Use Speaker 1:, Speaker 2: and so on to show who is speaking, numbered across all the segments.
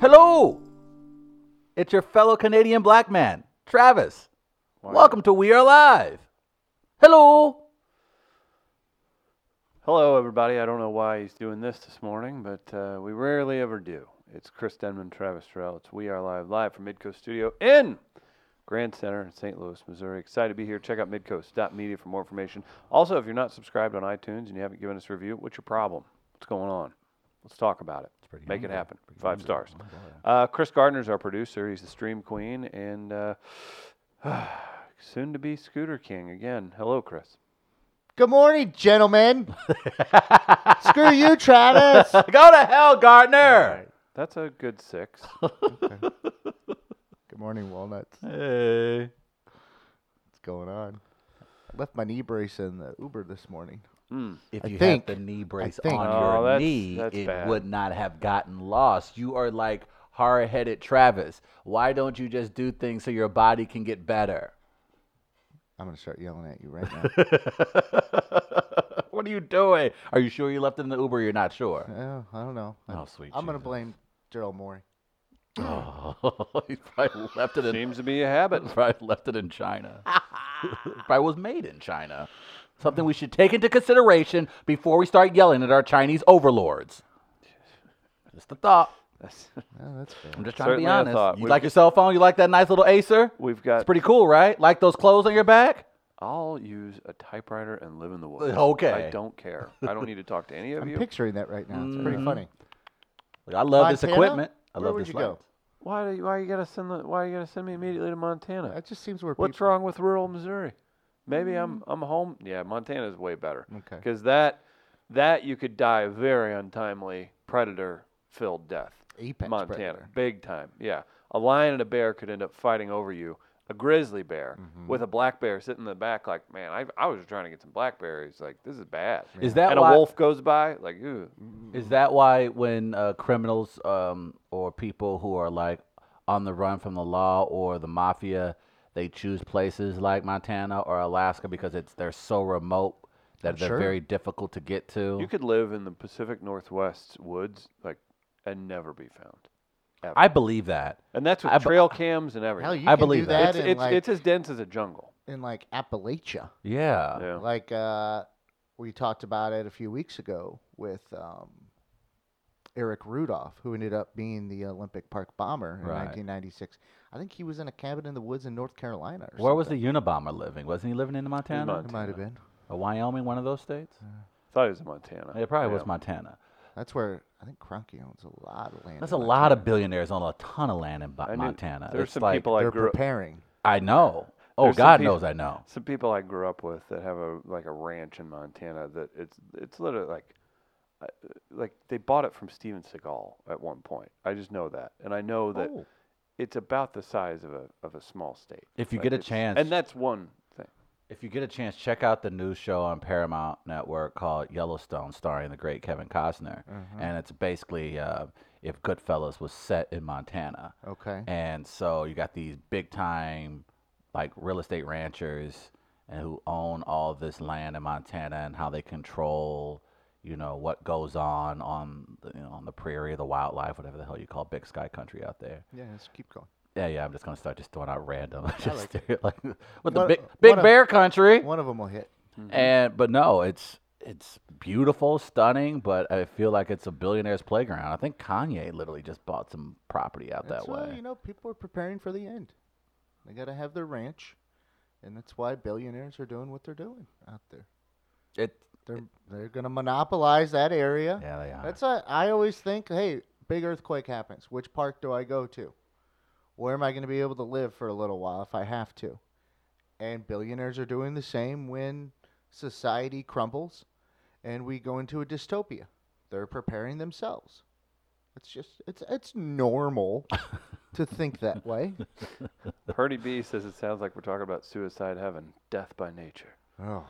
Speaker 1: Hello! It's your fellow Canadian black man, Travis. Welcome to We Are Live. Hello!
Speaker 2: Hello, everybody. I don't know why he's doing this this morning, but uh, we rarely ever do. It's Chris Denman, Travis Terrell. It's We Are Live, live from Midcoast Studio in Grand Center in St. Louis, Missouri. Excited to be here. Check out midcoast.media for more information. Also, if you're not subscribed on iTunes and you haven't given us a review, what's your problem? What's going on? Let's talk about it. Make it happen. Five stars. Uh, Chris Gardner's our producer. He's the stream queen and uh, soon to be Scooter King again. Hello, Chris.
Speaker 3: Good morning, gentlemen. Screw you, Travis.
Speaker 1: Go to hell, Gardner!
Speaker 2: That's a good six.
Speaker 3: Good morning, Walnuts. What's
Speaker 1: Hey.
Speaker 3: going on? I left my knee brace in the Uber this morning.
Speaker 2: Mm.
Speaker 1: If
Speaker 3: I
Speaker 1: you
Speaker 3: think-
Speaker 1: had the knee brace
Speaker 3: think-
Speaker 1: on
Speaker 2: Oh,
Speaker 1: your
Speaker 2: that's-
Speaker 1: knee,
Speaker 2: that's
Speaker 1: it
Speaker 2: bad.
Speaker 1: would not have gotten lost. You are like hard headed Travis. Why don't you just do things so your body can get better?
Speaker 3: I'm going to start yelling at you right now.
Speaker 1: what are you doing? Are you sure you left it in the Uber? You're not sure.
Speaker 3: oh, I don't know.
Speaker 1: Oh,
Speaker 3: I'm,
Speaker 1: sweet.
Speaker 3: I'm going to
Speaker 1: Jesus.
Speaker 3: blame Daryl Morey.
Speaker 1: Oh, he probably left it in.
Speaker 2: Seems to be a habit.
Speaker 1: Probably left it in China. probably was made in China. Something we should take into consideration before we start yelling at our Chinese overlords. Just a thought.
Speaker 2: That's-
Speaker 3: Oh, that's fair.
Speaker 1: I'm just trying
Speaker 2: Certainly a
Speaker 1: to be honest.
Speaker 2: thought.
Speaker 1: You
Speaker 2: We've-
Speaker 1: like your cell phone? You like that nice little Acer?
Speaker 2: We've got.
Speaker 1: It's pretty cool, right? Like those clothes on your back?
Speaker 2: I'll use a typewriter and live in the woods.
Speaker 1: Okay.
Speaker 2: I don't care. I don't need to talk to any of
Speaker 3: I'm
Speaker 2: you.
Speaker 3: picturing that right now. It's pretty funny.
Speaker 1: Like, I love this
Speaker 3: Montana?
Speaker 1: equipment. I
Speaker 3: Where
Speaker 1: love
Speaker 3: would
Speaker 1: this
Speaker 3: you go?
Speaker 1: light.
Speaker 2: why do you, why you gotta send the, why you gotta send me immediately to Montana?
Speaker 3: That just seems where
Speaker 2: What's
Speaker 3: people...
Speaker 2: wrong with rural Missouri? Maybe I'm I'm home. Yeah, Montana's way better.
Speaker 3: Okay.
Speaker 2: Because that that you could die a very untimely predator filled death.
Speaker 3: Apex
Speaker 2: Montana,
Speaker 3: predator.
Speaker 2: big time. Yeah, a lion and a bear could end up fighting over you. A grizzly bear
Speaker 1: Mm-hmm.
Speaker 2: with a black bear sitting in the back, like, man, I, I was trying to get some blackberries. Like, this is bad.
Speaker 1: Is that
Speaker 2: and
Speaker 1: why?
Speaker 2: a wolf goes by, like, ooh,
Speaker 1: Is that why when uh, criminals um, or people who are like on the run from the law or the mafia, they choose places like Montana or Alaska because it's they're so remote that they're
Speaker 3: sure.
Speaker 1: very difficult to get to.
Speaker 2: you could live in the Pacific Northwest woods, like, and never be found. Ever.
Speaker 1: I believe that.
Speaker 2: and that's with
Speaker 1: I bu-
Speaker 2: trail cams and everything.
Speaker 3: Hell, you
Speaker 1: I
Speaker 3: can
Speaker 1: believe
Speaker 3: do
Speaker 1: that.
Speaker 3: that,
Speaker 2: it's,
Speaker 3: in,
Speaker 2: it's,
Speaker 3: like,
Speaker 2: it's as dense as a jungle.
Speaker 3: in like Appalachia.
Speaker 1: Yeah.
Speaker 2: Yeah.
Speaker 3: Like uh, we talked about it a few weeks ago with um, Eric Rudolph, who ended up being the Olympic Park bomber in
Speaker 1: Right.
Speaker 3: 1996. I think he was in a cabin in the woods in North Carolina. Or
Speaker 1: Where was the
Speaker 3: something.
Speaker 1: Unabomber living? Wasn't he living in Montana?
Speaker 2: Mon-
Speaker 3: It might have been.
Speaker 1: Or Wyoming, one of those states?
Speaker 2: Thought it was in Montana.
Speaker 1: It probably
Speaker 2: Yeah.
Speaker 1: was Montana.
Speaker 3: That's where I think Kroenke owns a lot of land.
Speaker 1: That's a
Speaker 3: in
Speaker 1: lot of
Speaker 3: Montana.
Speaker 1: billionaires on a ton of land in Bo-
Speaker 2: I knew-
Speaker 1: Montana.
Speaker 2: There's
Speaker 1: It's
Speaker 2: some
Speaker 1: like-
Speaker 2: people I
Speaker 3: They're
Speaker 2: grew up
Speaker 3: preparing.
Speaker 1: I know. Oh,
Speaker 2: There's some
Speaker 1: God
Speaker 2: people-
Speaker 1: knows I know.
Speaker 2: some people I grew up with that have a like a ranch in Montana that it's it's literally like I- like they bought it from Steven Seagal at one point. I just know that, and I know that
Speaker 3: Oh.
Speaker 2: it's about the size of a of a small state.
Speaker 1: If you
Speaker 2: Like,
Speaker 1: get a
Speaker 2: it's-
Speaker 1: chance-
Speaker 2: and that's one thing.
Speaker 1: If you get a chance, check out the new show on Paramount Network called Yellowstone, starring the great Kevin Costner.
Speaker 3: Mm-hmm.
Speaker 1: And it's basically uh, if Goodfellas was set in Montana.
Speaker 3: Okay.
Speaker 1: And so you got these big time, like real estate ranchers, and who own all this land in Montana, and how they control, you know, what goes on on the, you know, on the prairie, the wildlife, whatever the hell you call big sky country out there.
Speaker 3: Yeah, let's keep going.
Speaker 1: Yeah, yeah. I'm just gonna start just throwing out random, just
Speaker 3: like
Speaker 1: like with the
Speaker 3: What-
Speaker 1: big big
Speaker 3: what a-
Speaker 1: bear country.
Speaker 3: One of them will hit.
Speaker 2: Mm-hmm.
Speaker 1: And but no, it's it's beautiful, stunning, but I feel like it's a billionaire's playground. I think Kanye literally just bought some property out
Speaker 3: That's
Speaker 1: that
Speaker 3: why
Speaker 1: way.
Speaker 3: uh, you know people are preparing for the end. They got to have their ranch, and that's why billionaires are doing what they're doing out there.
Speaker 1: It
Speaker 3: They're they're gonna monopolize that area.
Speaker 1: yeah, they are.
Speaker 3: That's a, I always think, hey, big earthquake happens. Which park do I go to? Where am I going to be able to live for a little while if I have to? And billionaires are doing the same when society crumbles and we go into a dystopia. They're preparing themselves. It's just it's it's normal to think that way.
Speaker 2: Purdy B says it sounds like we're talking about suicide heaven, death by nature.
Speaker 3: Oh,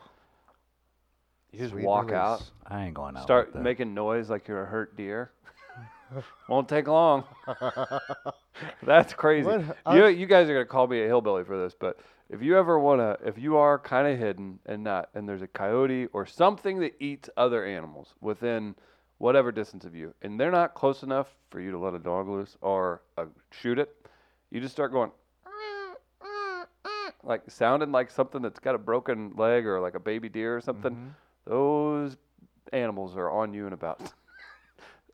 Speaker 2: You just
Speaker 3: Sweet
Speaker 2: walk
Speaker 3: release.
Speaker 2: out,
Speaker 1: I ain't going out.
Speaker 2: start
Speaker 1: like that.
Speaker 2: making noise like you're a hurt deer. Won't take long. That's crazy.
Speaker 3: What-
Speaker 2: you,
Speaker 3: I-
Speaker 2: you guys are gonna call me a hillbilly for this, but if you ever wanna, if you are kind of hidden and not, and there's a coyote or something that eats other animals within whatever distance of you, and they're not close enough for you to let a dog loose or uh, shoot it, you just start going like sounding like something that's got a broken leg or like a baby deer or something.
Speaker 1: Mm-hmm.
Speaker 2: Those animals are on you in about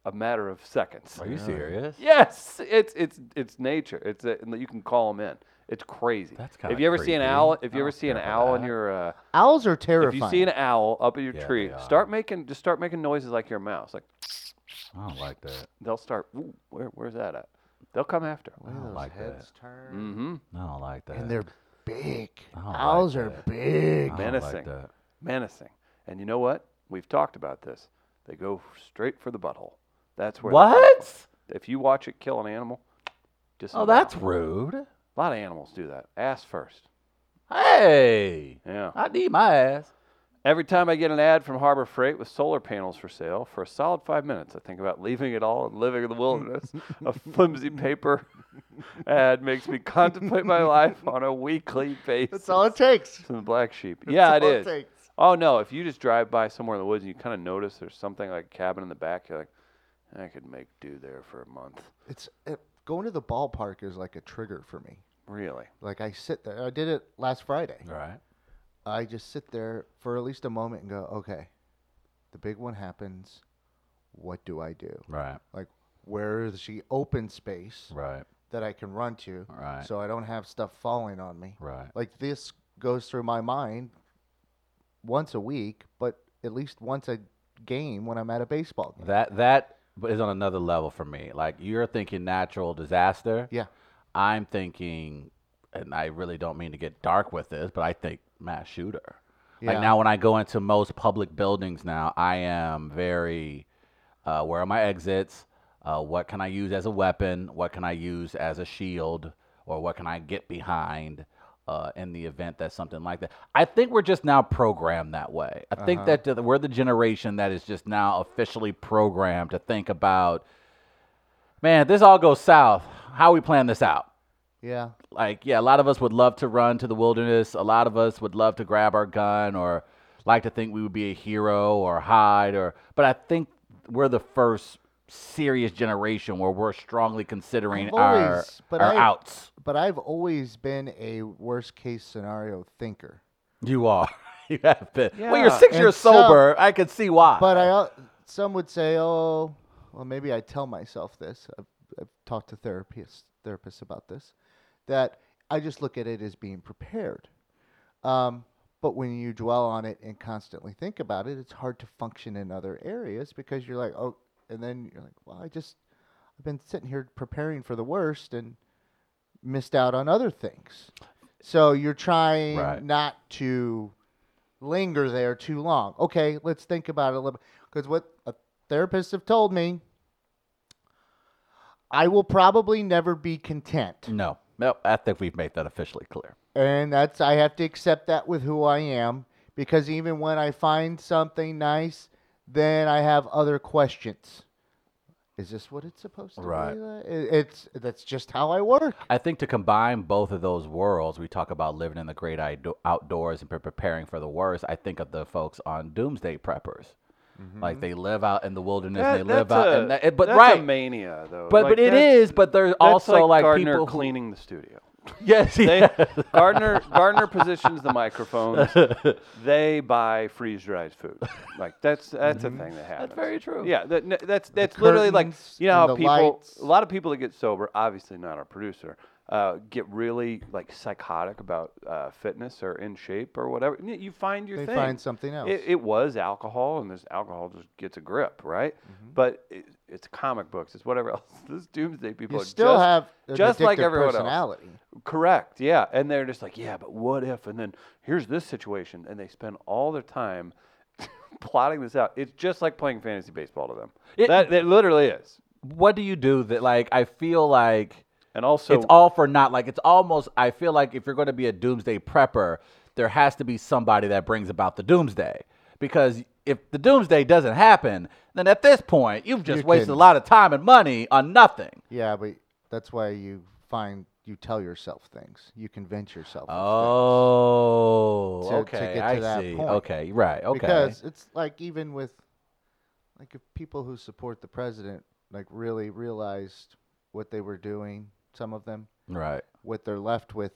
Speaker 2: a matter of seconds.
Speaker 1: Are you serious?
Speaker 2: Yes, it's it's it's nature. It's a, and you can call them in. It's crazy.
Speaker 1: That's
Speaker 2: If
Speaker 1: kinda
Speaker 2: you ever see an
Speaker 1: creepy.
Speaker 2: owl, if
Speaker 1: I
Speaker 2: you ever
Speaker 1: don't
Speaker 2: see an
Speaker 1: care for
Speaker 2: owl in
Speaker 1: that.
Speaker 2: your, uh,
Speaker 3: Owls are
Speaker 2: if
Speaker 3: terrifying.
Speaker 2: you see an owl up in your
Speaker 1: Yeah,
Speaker 2: tree,
Speaker 1: they are.
Speaker 2: start making just start making noises like your mouse. Like
Speaker 1: I don't like that.
Speaker 2: they'll start. Ooh, where where's that at? They'll come after.
Speaker 3: Look at
Speaker 1: I don't
Speaker 3: those
Speaker 1: like that.
Speaker 3: heads turn.
Speaker 2: Mm-hmm.
Speaker 1: I don't like that.
Speaker 3: And they're big.
Speaker 1: I don't like
Speaker 3: Owls are
Speaker 1: that.
Speaker 3: big.
Speaker 1: I don't
Speaker 2: menacing.
Speaker 1: Like that.
Speaker 2: Menacing. And you know what? We've talked about this. They go straight for the butthole. That's where. they come
Speaker 1: What?
Speaker 2: from. If you watch it kill an animal, just
Speaker 1: Oh,
Speaker 2: about.
Speaker 1: that's rude.
Speaker 2: a lot of animals do that. Ass first.
Speaker 1: Hey,
Speaker 2: Yeah.
Speaker 1: I need my ass.
Speaker 2: Every time I get an ad from Harbor Freight with solar panels for sale, for a solid five minutes, I think about leaving it all and living in the wilderness. a flimsy paper ad makes me contemplate my life on a weekly basis.
Speaker 3: That's all it takes.
Speaker 2: to the black sheep.
Speaker 3: That's
Speaker 2: yeah, it
Speaker 3: all
Speaker 2: is.
Speaker 3: takes.
Speaker 2: Oh no, if you just drive by somewhere in the woods and you kind of notice there's something like a cabin in the back, you're like, I could make do there for a month.
Speaker 3: It's it, going to the ballpark is like a trigger for me.
Speaker 2: Really?
Speaker 3: Like I sit there. I did it last Friday.
Speaker 1: Right.
Speaker 3: I just sit there for at least a moment and go, okay, the big one happens. What do I do?
Speaker 1: Right.
Speaker 3: Like, where is the open space
Speaker 1: Right.
Speaker 3: that I can run to
Speaker 1: Right.
Speaker 3: so I don't have stuff falling on me?
Speaker 1: Right.
Speaker 3: Like, this goes through my mind once a week, but at least once a game when I'm at a baseball game.
Speaker 1: That that is on another level for me. Like you're thinking natural disaster.
Speaker 3: Yeah.
Speaker 1: I'm thinking, and I really don't mean to get dark with this, but I think mass shooter.
Speaker 3: Yeah.
Speaker 1: Like now, when I go into most public buildings now, I am very, uh, where are my exits? Uh, what can I use as a weapon? What can I use as a shield? Or what can I get behind uh, in the event that something like that? I think we're just now programmed that way. I think that the- we're the generation that is just now officially programmed to think about, man, if this all goes south. How we plan this out?
Speaker 3: Yeah.
Speaker 1: like yeah, a lot of us would love to run to the wilderness. A lot of us would love to grab our gun or like to think we would be a hero or hide or but I think we're the first serious generation where we're strongly considering
Speaker 3: I've
Speaker 1: our,
Speaker 3: always- but
Speaker 1: our
Speaker 3: I-
Speaker 1: outs.
Speaker 3: But I've always been a worst case scenario thinker.
Speaker 1: You are. You have been. Well, you're
Speaker 2: Yeah.
Speaker 1: six years
Speaker 3: And so-
Speaker 1: sober. I could see why.
Speaker 3: But I, al- some would say, oh, well, maybe I tell myself this. I've, I've talked to therapists, therapists about this, that I just look at it as being prepared. Um, but when you dwell on it and constantly think about it, it's hard to function in other areas because you're like, oh, and then you're like, well, I just, I've been sitting here preparing for the worst and missed out on other things. So you're trying
Speaker 1: Right.
Speaker 3: not to linger there too long. Okay, let's think about it a little because what a therapist have told me, I will probably never be content,
Speaker 1: no. No, I think we've made that officially clear.
Speaker 3: and that's I have to accept that with who I am because even when I find something nice, then I have other questions. Is this what it's supposed to
Speaker 1: Right.
Speaker 3: be? like? It- It's that's just how I work.
Speaker 1: I think to combine both of those worlds, we talk about living in the great ido- outdoors and pre- preparing for the worst. I think of the folks on doomsday preppers, like they live out in the wilderness,
Speaker 2: Mm-hmm. That-
Speaker 1: and they live
Speaker 2: that's
Speaker 1: out,
Speaker 2: a-
Speaker 1: and that, it- but
Speaker 2: that's
Speaker 1: right,
Speaker 2: a mania though.
Speaker 1: but
Speaker 2: Like,
Speaker 1: but it
Speaker 2: that's-
Speaker 1: is, but there's
Speaker 2: that's
Speaker 1: also
Speaker 2: like
Speaker 1: like,
Speaker 2: Gardner
Speaker 1: people who-
Speaker 2: cleaning the studio.
Speaker 1: yes,
Speaker 2: They,
Speaker 1: yes.
Speaker 2: Gardner Gardner positions the microphones. They buy freeze dried food. Like that's that's a thing that happens.
Speaker 1: very true.
Speaker 2: Yeah, that, n- that's that's literally like
Speaker 3: Mm-hmm. curtains
Speaker 2: you know how
Speaker 3: and the
Speaker 2: people
Speaker 3: lights.
Speaker 2: a lot of people that get sober, obviously not our producer, uh, get really like psychotic about uh, fitness or in shape or whatever. N- You find your
Speaker 3: They
Speaker 2: thing.
Speaker 3: find something else.
Speaker 2: It, it was alcohol, and this alcohol just gets a grip, right?
Speaker 3: Mm-hmm.
Speaker 2: But it, it's comic books, it's whatever else. This doomsday people
Speaker 3: you
Speaker 2: are
Speaker 3: still
Speaker 2: just-
Speaker 3: have an
Speaker 2: just like
Speaker 3: addictive
Speaker 2: everyone else.
Speaker 3: personality.
Speaker 2: Correct. Yeah. And they're just like, yeah, but what if? And then here's this situation. And they spend all their time plotting this out. It's just like playing fantasy baseball to them.
Speaker 1: It-
Speaker 2: that, that literally is.
Speaker 1: what do you do that? Like I feel like
Speaker 2: And also,
Speaker 1: it's all for not. Like it's almost. I feel like if you're going to be a doomsday prepper, there has to be somebody that brings about the doomsday. Because if the doomsday doesn't happen, then at this point you've just
Speaker 3: You're
Speaker 1: wasted a
Speaker 3: kidding.
Speaker 1: lot of time and money on nothing.
Speaker 3: Yeah, but that's why you find you tell yourself things. You convince yourself. of things.
Speaker 1: Oh,
Speaker 3: To- to
Speaker 1: okay.
Speaker 3: get to
Speaker 1: I
Speaker 3: that
Speaker 1: see.
Speaker 3: point.
Speaker 1: Oh, Okay, right. Okay.
Speaker 3: Because it's like even with like if people who support the president like really realized what they were doing, some of them,
Speaker 1: Right.
Speaker 3: what they're left with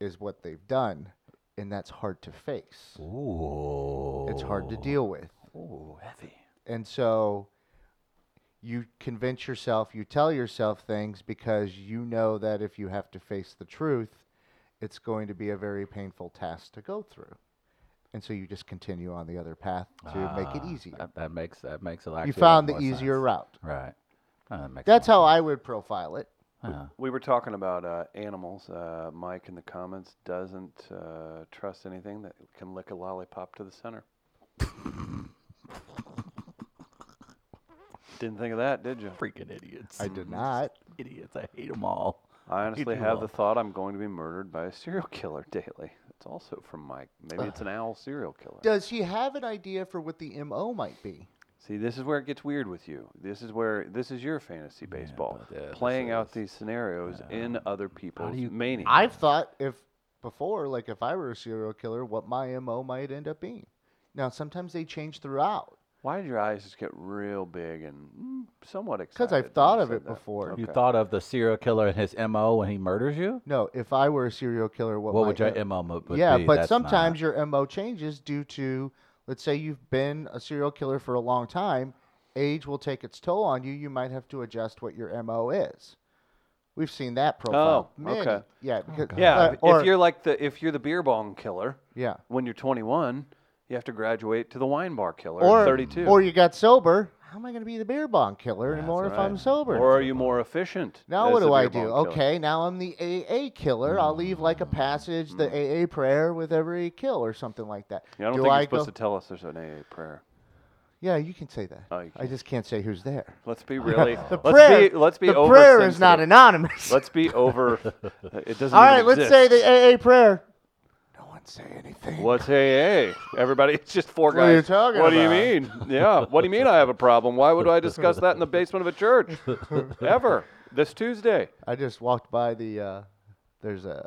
Speaker 3: is what they've done, and that's hard to face.
Speaker 1: Ooh.
Speaker 3: It's hard to deal with.
Speaker 1: Ooh, heavy.
Speaker 3: And so you convince yourself, you tell yourself things because you know that if you have to face the truth, it's going to be a very painful task to go through. And so you just continue on the other path to make it
Speaker 1: Ah,
Speaker 3: easier.
Speaker 1: That, that makes that makes a lot.
Speaker 3: You
Speaker 1: actually a lot
Speaker 3: found the
Speaker 1: more
Speaker 3: easier
Speaker 1: sense.
Speaker 3: route.
Speaker 1: Right. Uh, that makes
Speaker 3: That's
Speaker 1: more
Speaker 3: how I
Speaker 1: sense.
Speaker 3: would profile it.
Speaker 1: Uh-huh.
Speaker 2: We were talking about uh, animals. Uh, Mike in the comments doesn't uh, trust anything that can lick a lollipop to the center. Didn't think of that, did you?
Speaker 1: Freaking idiots.
Speaker 3: I did not.
Speaker 1: Idiots. I hate them all.
Speaker 2: I honestly
Speaker 1: do
Speaker 2: have
Speaker 1: well.
Speaker 2: the thought I'm going to be murdered by a serial killer daily. That's also from Mike. Maybe it's an owl serial killer.
Speaker 3: Does he have an idea for what the MO might be?
Speaker 2: See, this is where it gets weird with you. This is where this is your fantasy baseball,
Speaker 1: but, uh, this
Speaker 2: playing out
Speaker 1: is-
Speaker 2: these scenarios in other people's
Speaker 1: you-
Speaker 2: mania.
Speaker 3: I've thought if before, like if I were a serial killer, what my MO might end up being. Now, sometimes they change throughout.
Speaker 2: Why did your eyes just get real big and mm, somewhat excited?
Speaker 3: I've
Speaker 2: when you
Speaker 3: thought of
Speaker 2: said
Speaker 3: it
Speaker 2: that?
Speaker 3: before.
Speaker 1: You
Speaker 2: Okay.
Speaker 1: thought of the serial killer and his MO when he murders you?
Speaker 3: No, if I were a serial killer, what,
Speaker 1: What
Speaker 3: my
Speaker 1: would your
Speaker 3: M-
Speaker 1: MO mo- would
Speaker 3: Yeah,
Speaker 1: be?
Speaker 3: but
Speaker 1: That's
Speaker 3: sometimes
Speaker 1: not-
Speaker 3: your MO changes due to, let's say you've been a serial killer for a long time, age will take its toll on you. You might have to adjust what your MO is. We've seen that profile.
Speaker 2: Oh,
Speaker 3: Many-
Speaker 2: okay.
Speaker 3: Yeah, because,
Speaker 2: Yeah,
Speaker 3: uh,
Speaker 2: if-
Speaker 3: or-
Speaker 2: if you're like the if you're the beer bong killer
Speaker 3: yeah,
Speaker 2: when you're 21, you have to graduate to the wine bar killer
Speaker 3: or
Speaker 2: at 32.
Speaker 3: or you got sober. How am I going to be the beer bong killer anymore if
Speaker 2: right.
Speaker 3: I'm sober?
Speaker 2: Or are you more efficient?
Speaker 3: Now
Speaker 2: as
Speaker 3: what
Speaker 2: the
Speaker 3: do I
Speaker 2: beer
Speaker 3: do?
Speaker 2: bong killer?
Speaker 3: Okay, now I'm the AA killer. I'll leave like
Speaker 1: Mm.
Speaker 3: a passage, the AA prayer with every kill or something like that.
Speaker 2: Yeah, I don't
Speaker 3: do
Speaker 2: think
Speaker 3: I
Speaker 2: you're supposed
Speaker 3: go-
Speaker 2: to tell us there's an AA prayer.
Speaker 3: Yeah, you can say that.
Speaker 2: Oh, you
Speaker 3: I
Speaker 2: can.
Speaker 3: just can't say who's there.
Speaker 2: Let's be really.
Speaker 3: The
Speaker 2: let's
Speaker 3: prayer,
Speaker 2: Be, let's be
Speaker 3: the prayer is not
Speaker 2: oversensitive.
Speaker 3: anonymous.
Speaker 2: Let's be over. It doesn't.
Speaker 3: All right,
Speaker 2: even
Speaker 3: let's
Speaker 2: exist.
Speaker 3: say the AA prayer. No one say anything.
Speaker 2: What's AA? Everybody, it's just four
Speaker 3: What are
Speaker 2: guys.
Speaker 3: you talking
Speaker 2: What do you mean?
Speaker 3: about?
Speaker 2: Yeah. What do you mean I have a problem? Why would I discuss that in the basement of a church? Ever. This Tuesday.
Speaker 3: I just walked by the. Uh, there's a.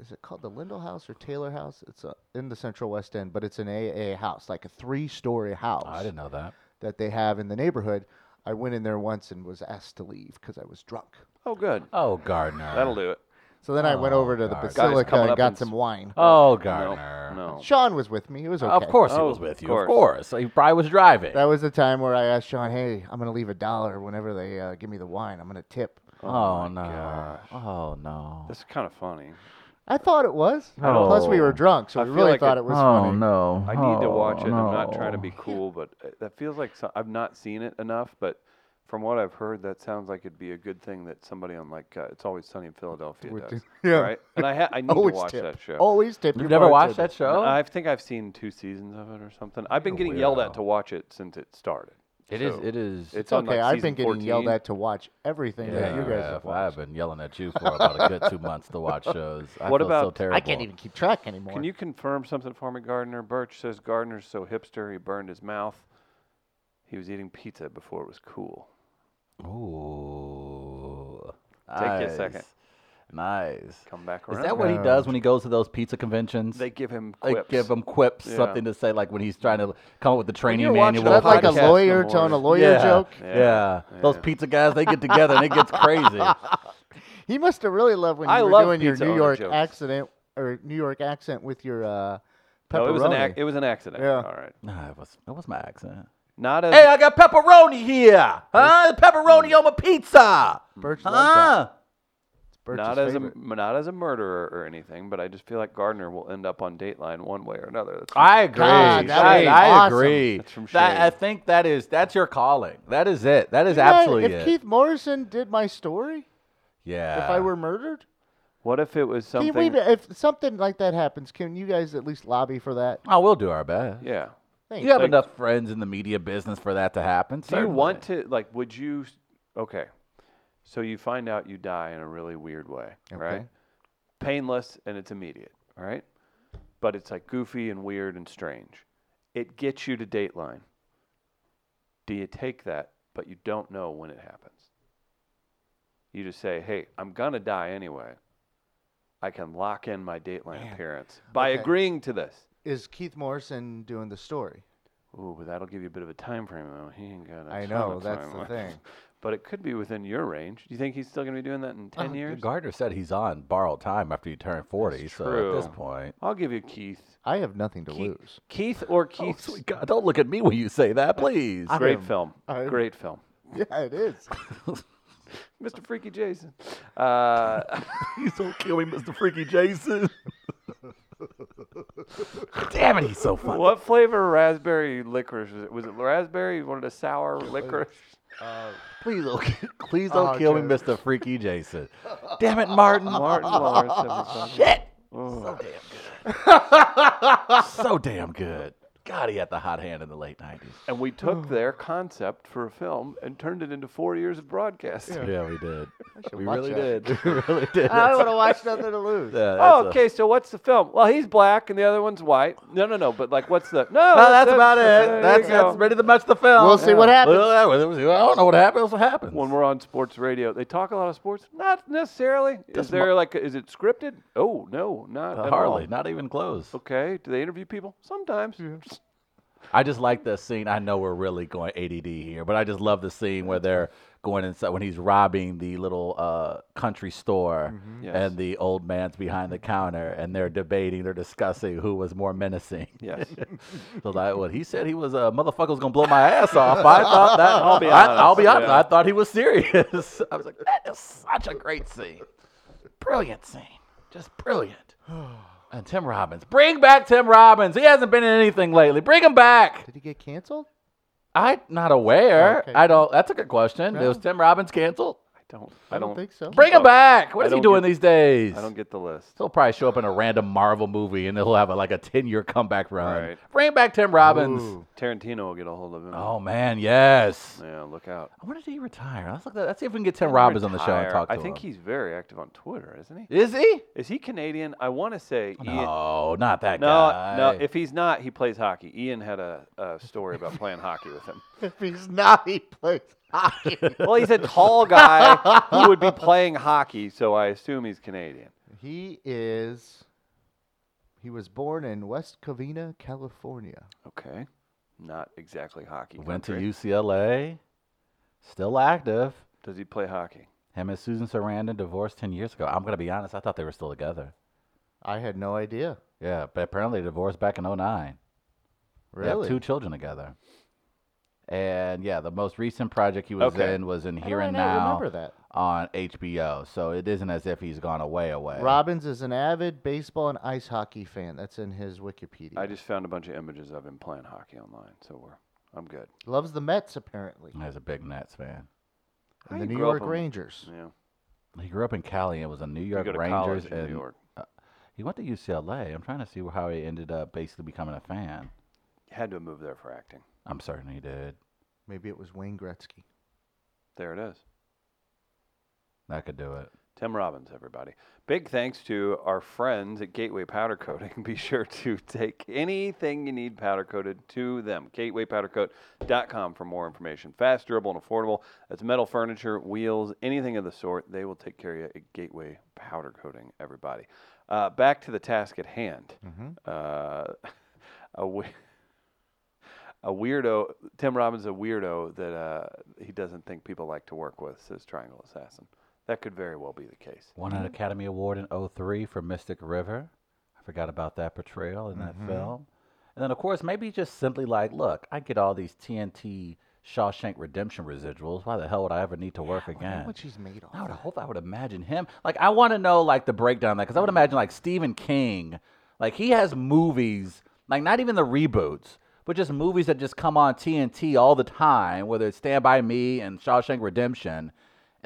Speaker 3: Is it called the Lindell House or Taylor House? It's uh in the Central West End, but it's an AA house, like a three-story house.
Speaker 1: I didn't know that.
Speaker 3: that they have in the neighborhood. I went in there once and was asked to leave because I was drunk.
Speaker 2: Oh, good.
Speaker 1: Oh, Gardner.
Speaker 2: That'll do it.
Speaker 3: So then I went
Speaker 1: Oh,
Speaker 3: over to the
Speaker 1: God. Guys
Speaker 3: Basilica
Speaker 2: coming
Speaker 3: and
Speaker 2: up
Speaker 3: got
Speaker 2: and
Speaker 3: some
Speaker 2: s-
Speaker 3: wine.
Speaker 1: Oh,
Speaker 2: No,
Speaker 1: Gardner.
Speaker 2: No.
Speaker 3: Sean was with me. He was okay.
Speaker 1: Of course he
Speaker 2: Oh,
Speaker 1: was with
Speaker 2: of
Speaker 1: you. Of
Speaker 2: course.
Speaker 1: course. He probably was driving.
Speaker 3: That was the time where I asked Sean, "Hey, I'm gonna leave a dollar whenever they uh, give me the wine. I'm gonna tip."
Speaker 1: oh,
Speaker 2: my
Speaker 1: no.
Speaker 2: gosh.
Speaker 1: Oh, no.
Speaker 2: This is kind of funny.
Speaker 3: I thought it was. Plus, we
Speaker 1: Oh.
Speaker 3: were drunk, so
Speaker 2: I
Speaker 3: we
Speaker 2: feel
Speaker 3: really
Speaker 2: like
Speaker 3: thought
Speaker 2: it-
Speaker 3: it was
Speaker 1: oh,
Speaker 3: funny.
Speaker 1: no.
Speaker 2: I need to watch
Speaker 1: Oh,
Speaker 2: it. I'm not trying to
Speaker 1: no.
Speaker 2: be cool, but uh, that feels like so- I've not seen it enough. But from what I've heard, that sounds like it'd be a good thing that somebody on like uh, It's Always Sunny in Philadelphia
Speaker 3: Would
Speaker 2: does.
Speaker 3: do- yeah.
Speaker 2: Right? And I ha- I need to
Speaker 3: Always Oh,
Speaker 2: watch
Speaker 3: tip.
Speaker 2: that show.
Speaker 3: Always tip.
Speaker 1: You've
Speaker 3: your
Speaker 1: never watched that
Speaker 3: bartender.
Speaker 1: show?
Speaker 2: I think I've seen two seasons of it or something. I've been
Speaker 3: Oh,
Speaker 1: You're a
Speaker 2: getting yelled at
Speaker 1: weirdo.
Speaker 2: to watch it since it started.
Speaker 1: It is.
Speaker 2: So
Speaker 1: It is.
Speaker 2: It's
Speaker 3: It's
Speaker 2: on,
Speaker 3: okay.
Speaker 2: like,
Speaker 3: I've been
Speaker 2: season
Speaker 3: getting yelled
Speaker 2: 14.
Speaker 3: at to watch everything that you guys have
Speaker 1: Raph, I've
Speaker 3: watched.
Speaker 1: been yelling at you for about a good two months to watch shows. I
Speaker 2: What
Speaker 1: feel so
Speaker 2: about-
Speaker 1: terrible.
Speaker 3: I can't even keep track anymore.
Speaker 2: Can you confirm something for me, Gardner? Birch says Gardner's so hipster he burned his mouth. He was eating pizza before it was cool.
Speaker 1: Ooh.
Speaker 2: Take you a second.
Speaker 1: Nice. Nice.
Speaker 2: Come back around.
Speaker 1: Is that what he
Speaker 3: No.
Speaker 1: does when he goes to those pizza conventions?
Speaker 2: they give him?
Speaker 1: They
Speaker 2: Quips.
Speaker 1: give him quips,
Speaker 2: Yeah.
Speaker 1: something to say, like when he's trying to come up with the training
Speaker 2: you're watching
Speaker 1: manual.
Speaker 3: Is
Speaker 2: Well,
Speaker 3: that like a
Speaker 2: podcast in the
Speaker 3: lawyer telling a
Speaker 2: morning.
Speaker 3: lawyer joke?
Speaker 1: Yeah.
Speaker 2: Yeah.
Speaker 1: Those
Speaker 2: Yeah.
Speaker 1: pizza guys, they get together and it gets crazy.
Speaker 3: He must have really loved when you
Speaker 2: I
Speaker 3: were
Speaker 2: love
Speaker 3: doing your
Speaker 2: pizza
Speaker 3: New
Speaker 2: owner
Speaker 3: York
Speaker 2: jokes.
Speaker 3: accident or New York accent with your uh, pepperoni.
Speaker 2: No, it was an ac- it was an accident.
Speaker 3: Yeah.
Speaker 2: All right.
Speaker 1: Nah, it was it was my accent.
Speaker 2: Not as
Speaker 1: Hey, I got pepperoni here. Huh? Pepperoni on my pizza.
Speaker 3: Birch loves that.
Speaker 1: Huh?
Speaker 3: It's Birch's
Speaker 2: Ah! not as a
Speaker 3: favorite.
Speaker 2: m- not as a murderer or anything, but I just feel like Gardner will end up on Dateline one way or another. That's
Speaker 1: I agree.
Speaker 3: God, that
Speaker 1: I,
Speaker 3: is
Speaker 1: I
Speaker 3: awesome.
Speaker 1: agree.
Speaker 2: That's from
Speaker 1: that, I
Speaker 2: Shade.
Speaker 1: think that is that's your calling. That is it. That is
Speaker 3: You know,
Speaker 1: absolutely
Speaker 3: If
Speaker 1: it.
Speaker 3: Keith Morrison did my story,
Speaker 1: yeah.
Speaker 3: if I were murdered,
Speaker 2: what if it was something?
Speaker 3: can we, if something like that happens, can you guys at least lobby for that?
Speaker 1: oh, we'll do our best.
Speaker 2: yeah.
Speaker 3: Thanks.
Speaker 1: You have
Speaker 2: Like-
Speaker 1: enough friends in the media business for that to happen.
Speaker 2: Do you want to like? Would you? s- Okay, so you find out you die in a really weird way, right?
Speaker 3: Okay.
Speaker 2: Painless and it's immediate, right? But it's like goofy and weird and strange. It gets you to Dateline. Do you take that? But you don't know when it happens. You just say, "Hey, I'm gonna die anyway. I can lock in my Dateline appearance by
Speaker 3: Okay.
Speaker 2: agreeing to this."
Speaker 3: Is Keith Morrison doing the story?
Speaker 2: Ooh, but that'll give you a bit of a time frame. Though. He ain't got. a
Speaker 3: I
Speaker 2: ton
Speaker 3: know
Speaker 2: of
Speaker 3: that's
Speaker 2: time
Speaker 3: the
Speaker 2: left.
Speaker 3: thing.
Speaker 2: But it could be within your range. Do you think he's still going to be doing that in ten
Speaker 1: Uh,
Speaker 2: years?
Speaker 1: Gardner said he's on borrowed time after you turn 40. so at this
Speaker 2: true.
Speaker 1: point.
Speaker 2: I'll give you Keith.
Speaker 3: I have nothing to
Speaker 2: Keith,
Speaker 3: lose.
Speaker 2: Keith or
Speaker 1: Oh,
Speaker 2: Keith.
Speaker 1: sweet God, don't look at me when you say that, please.
Speaker 3: I-
Speaker 2: Great
Speaker 3: I'm-
Speaker 2: film.
Speaker 3: I'm-
Speaker 2: Great film.
Speaker 3: Yeah, it is.
Speaker 2: Mr. Freaky Jason. Uh,
Speaker 1: Please don't kill me, Mr. Freaky Jason. Damn it, he's so funny.
Speaker 2: what flavor of raspberry licorice was it? Was it raspberry? You wanted a sour licorice?
Speaker 3: Uh,
Speaker 1: Please don't, ki- please don't
Speaker 3: Oh,
Speaker 1: kill me,
Speaker 3: Jared.
Speaker 1: Mr. Freaky Jason. Damn it, Martin.
Speaker 2: Martin Lawrence. everybody.
Speaker 1: Shit.
Speaker 2: Oh.
Speaker 1: So damn good. so damn good. God, he had the hot hand in the late 90s.
Speaker 2: And we took their concept for a film and turned it into four years of broadcast.
Speaker 1: Yeah, we did. We
Speaker 3: watch
Speaker 1: really
Speaker 3: that.
Speaker 1: did. We really did.
Speaker 3: I don't want to watch nothing to lose.
Speaker 1: Yeah, that's
Speaker 2: Oh,
Speaker 1: a-
Speaker 2: okay. So what's the film? Well, he's black and the other one's white. No, no, no. But like, what's the? No,
Speaker 1: No, that's about
Speaker 2: Oh, there
Speaker 1: it. That's,
Speaker 2: you go.
Speaker 1: that's ready to match the film.
Speaker 3: We'll see what
Speaker 1: Yeah.
Speaker 3: happens.
Speaker 1: Well, I don't know what happens. What happens?
Speaker 2: when we're on sports radio. They talk a lot of sports. Not necessarily. Is
Speaker 1: Does
Speaker 2: there like, is it scripted? Oh no, not
Speaker 1: Uh,
Speaker 2: at
Speaker 1: hardly,
Speaker 2: all.
Speaker 1: not even close.
Speaker 2: Okay. Do they interview people? Sometimes. Just-
Speaker 1: I just like the scene. I know we're really going ADD here, but I just love the scene where they're going inside when he's robbing the little uh, country store,
Speaker 2: Mm-hmm. Yes.
Speaker 1: and the old man's behind the counter, and they're debating, they're discussing who was more menacing.
Speaker 2: Yes.
Speaker 1: So that what he said he was a motherfucker was gonna blow my ass off. I thought that I'll
Speaker 2: be
Speaker 1: I, will be honest.
Speaker 2: honest, yeah.
Speaker 1: I thought he was serious. I was like, that is such a great scene, brilliant scene, just brilliant. And Tim Robbins, bring back Tim Robbins. He hasn't been in anything lately. Bring him back.
Speaker 3: Did he get canceled?
Speaker 1: I'm not aware.
Speaker 3: Okay.
Speaker 1: I don't. That's a good question.
Speaker 3: No.
Speaker 1: Was Tim Robbins canceled?
Speaker 2: I don't.
Speaker 3: I don't think so.
Speaker 1: Bring him
Speaker 2: up.
Speaker 1: back. What
Speaker 2: I
Speaker 1: is he
Speaker 2: don't
Speaker 1: doing
Speaker 2: get-
Speaker 1: these days?
Speaker 2: I don't get the list.
Speaker 1: He'll probably show up in a random Marvel movie and he'll have a, like a 10 year comeback run.
Speaker 2: Right.
Speaker 1: Bring back Tim Robbins.
Speaker 3: Ooh.
Speaker 2: Tarantino will get a hold of him.
Speaker 1: Oh man, yes.
Speaker 2: Yeah, look out.
Speaker 1: I wonder did he retire? Let's look that. Let's see if we can get Tim
Speaker 2: Didn't
Speaker 1: Robbins on the show and
Speaker 2: retire.
Speaker 1: talk to
Speaker 2: I think
Speaker 1: him.
Speaker 2: he's very active on Twitter, isn't he?
Speaker 1: Is he?
Speaker 2: Is he Canadian? I want to say Ian.
Speaker 1: No, not that
Speaker 2: No,
Speaker 1: guy.
Speaker 2: no. If he's not, he plays hockey. Ian had a, a story about playing hockey with him.
Speaker 3: If he's not, he plays hockey.
Speaker 2: Well, he's a tall guy who would be playing hockey, so I assume he's Canadian.
Speaker 3: he is. He was born in West Covina, California.
Speaker 2: Okay, not exactly hockey.
Speaker 1: went to
Speaker 2: country.
Speaker 1: UCLA, still active.
Speaker 2: Does he play hockey?
Speaker 1: Him and Susan Sarandon divorced ten years ago. I'm gonna be honest. I thought they were still together.
Speaker 3: I had no idea.
Speaker 1: Yeah, but apparently they divorced back in 09. They have
Speaker 3: Really?
Speaker 1: two children together. And yeah, the most recent project he was
Speaker 2: Okay.
Speaker 1: in was in
Speaker 3: How do
Speaker 1: Here
Speaker 3: I
Speaker 1: and
Speaker 3: not
Speaker 1: Now
Speaker 3: Remember that.
Speaker 1: on HBO. So it isn't as if he's gone away away.
Speaker 3: Robbins is an avid baseball and ice hockey fan. That's in his Wikipedia.
Speaker 2: I just found a bunch of images of him playing hockey online, so we're I'm good.
Speaker 3: loves the Mets apparently,
Speaker 1: He's a big Nets fan.
Speaker 2: I
Speaker 3: and the New
Speaker 2: grew up
Speaker 3: York
Speaker 2: on-
Speaker 3: Rangers.
Speaker 2: Yeah,
Speaker 1: He grew up in Cali and was a New
Speaker 2: you
Speaker 1: York
Speaker 2: go to
Speaker 1: Rangers.
Speaker 2: college in
Speaker 1: and
Speaker 2: New York.
Speaker 1: He went to UCLA. I'm trying to see how he ended up basically becoming a fan.
Speaker 2: Had to move there for acting.
Speaker 1: I'm certain he did.
Speaker 3: Maybe it was Wayne Gretzky.
Speaker 2: There it is.
Speaker 1: That could do it.
Speaker 2: Tim Robbins, everybody. Big thanks to our friends at Gateway Powder Coating. Be sure to take anything you need powder coated to them. GatewayPowderCoat.com for more information. Fast, durable, and affordable. That's metal furniture, wheels, anything of the sort. They will take care of you at Gateway Powder Coating, everybody. Uh, back to the task at hand. Uh, a we- a weirdo, Tim Robbins, a weirdo that uh, he doesn't think people like to work with, says Triangle Assassin. That could very well be the case.
Speaker 1: Won an Academy Award in 03 for Mystic River. I forgot about that portrayal in that film. And then, of course, maybe just simply like, look, I get all these TNT Shawshank Redemption residuals. Why the hell would I ever need to work
Speaker 3: Look
Speaker 1: again?
Speaker 3: what she's made of.
Speaker 1: I would hope I would imagine him. Like I want to know like the breakdown of that because I would imagine like Stephen King, like he has movies like not even the reboots, but just movies that just come on TNT all the time, whether it's Stand by Me and Shawshank Redemption,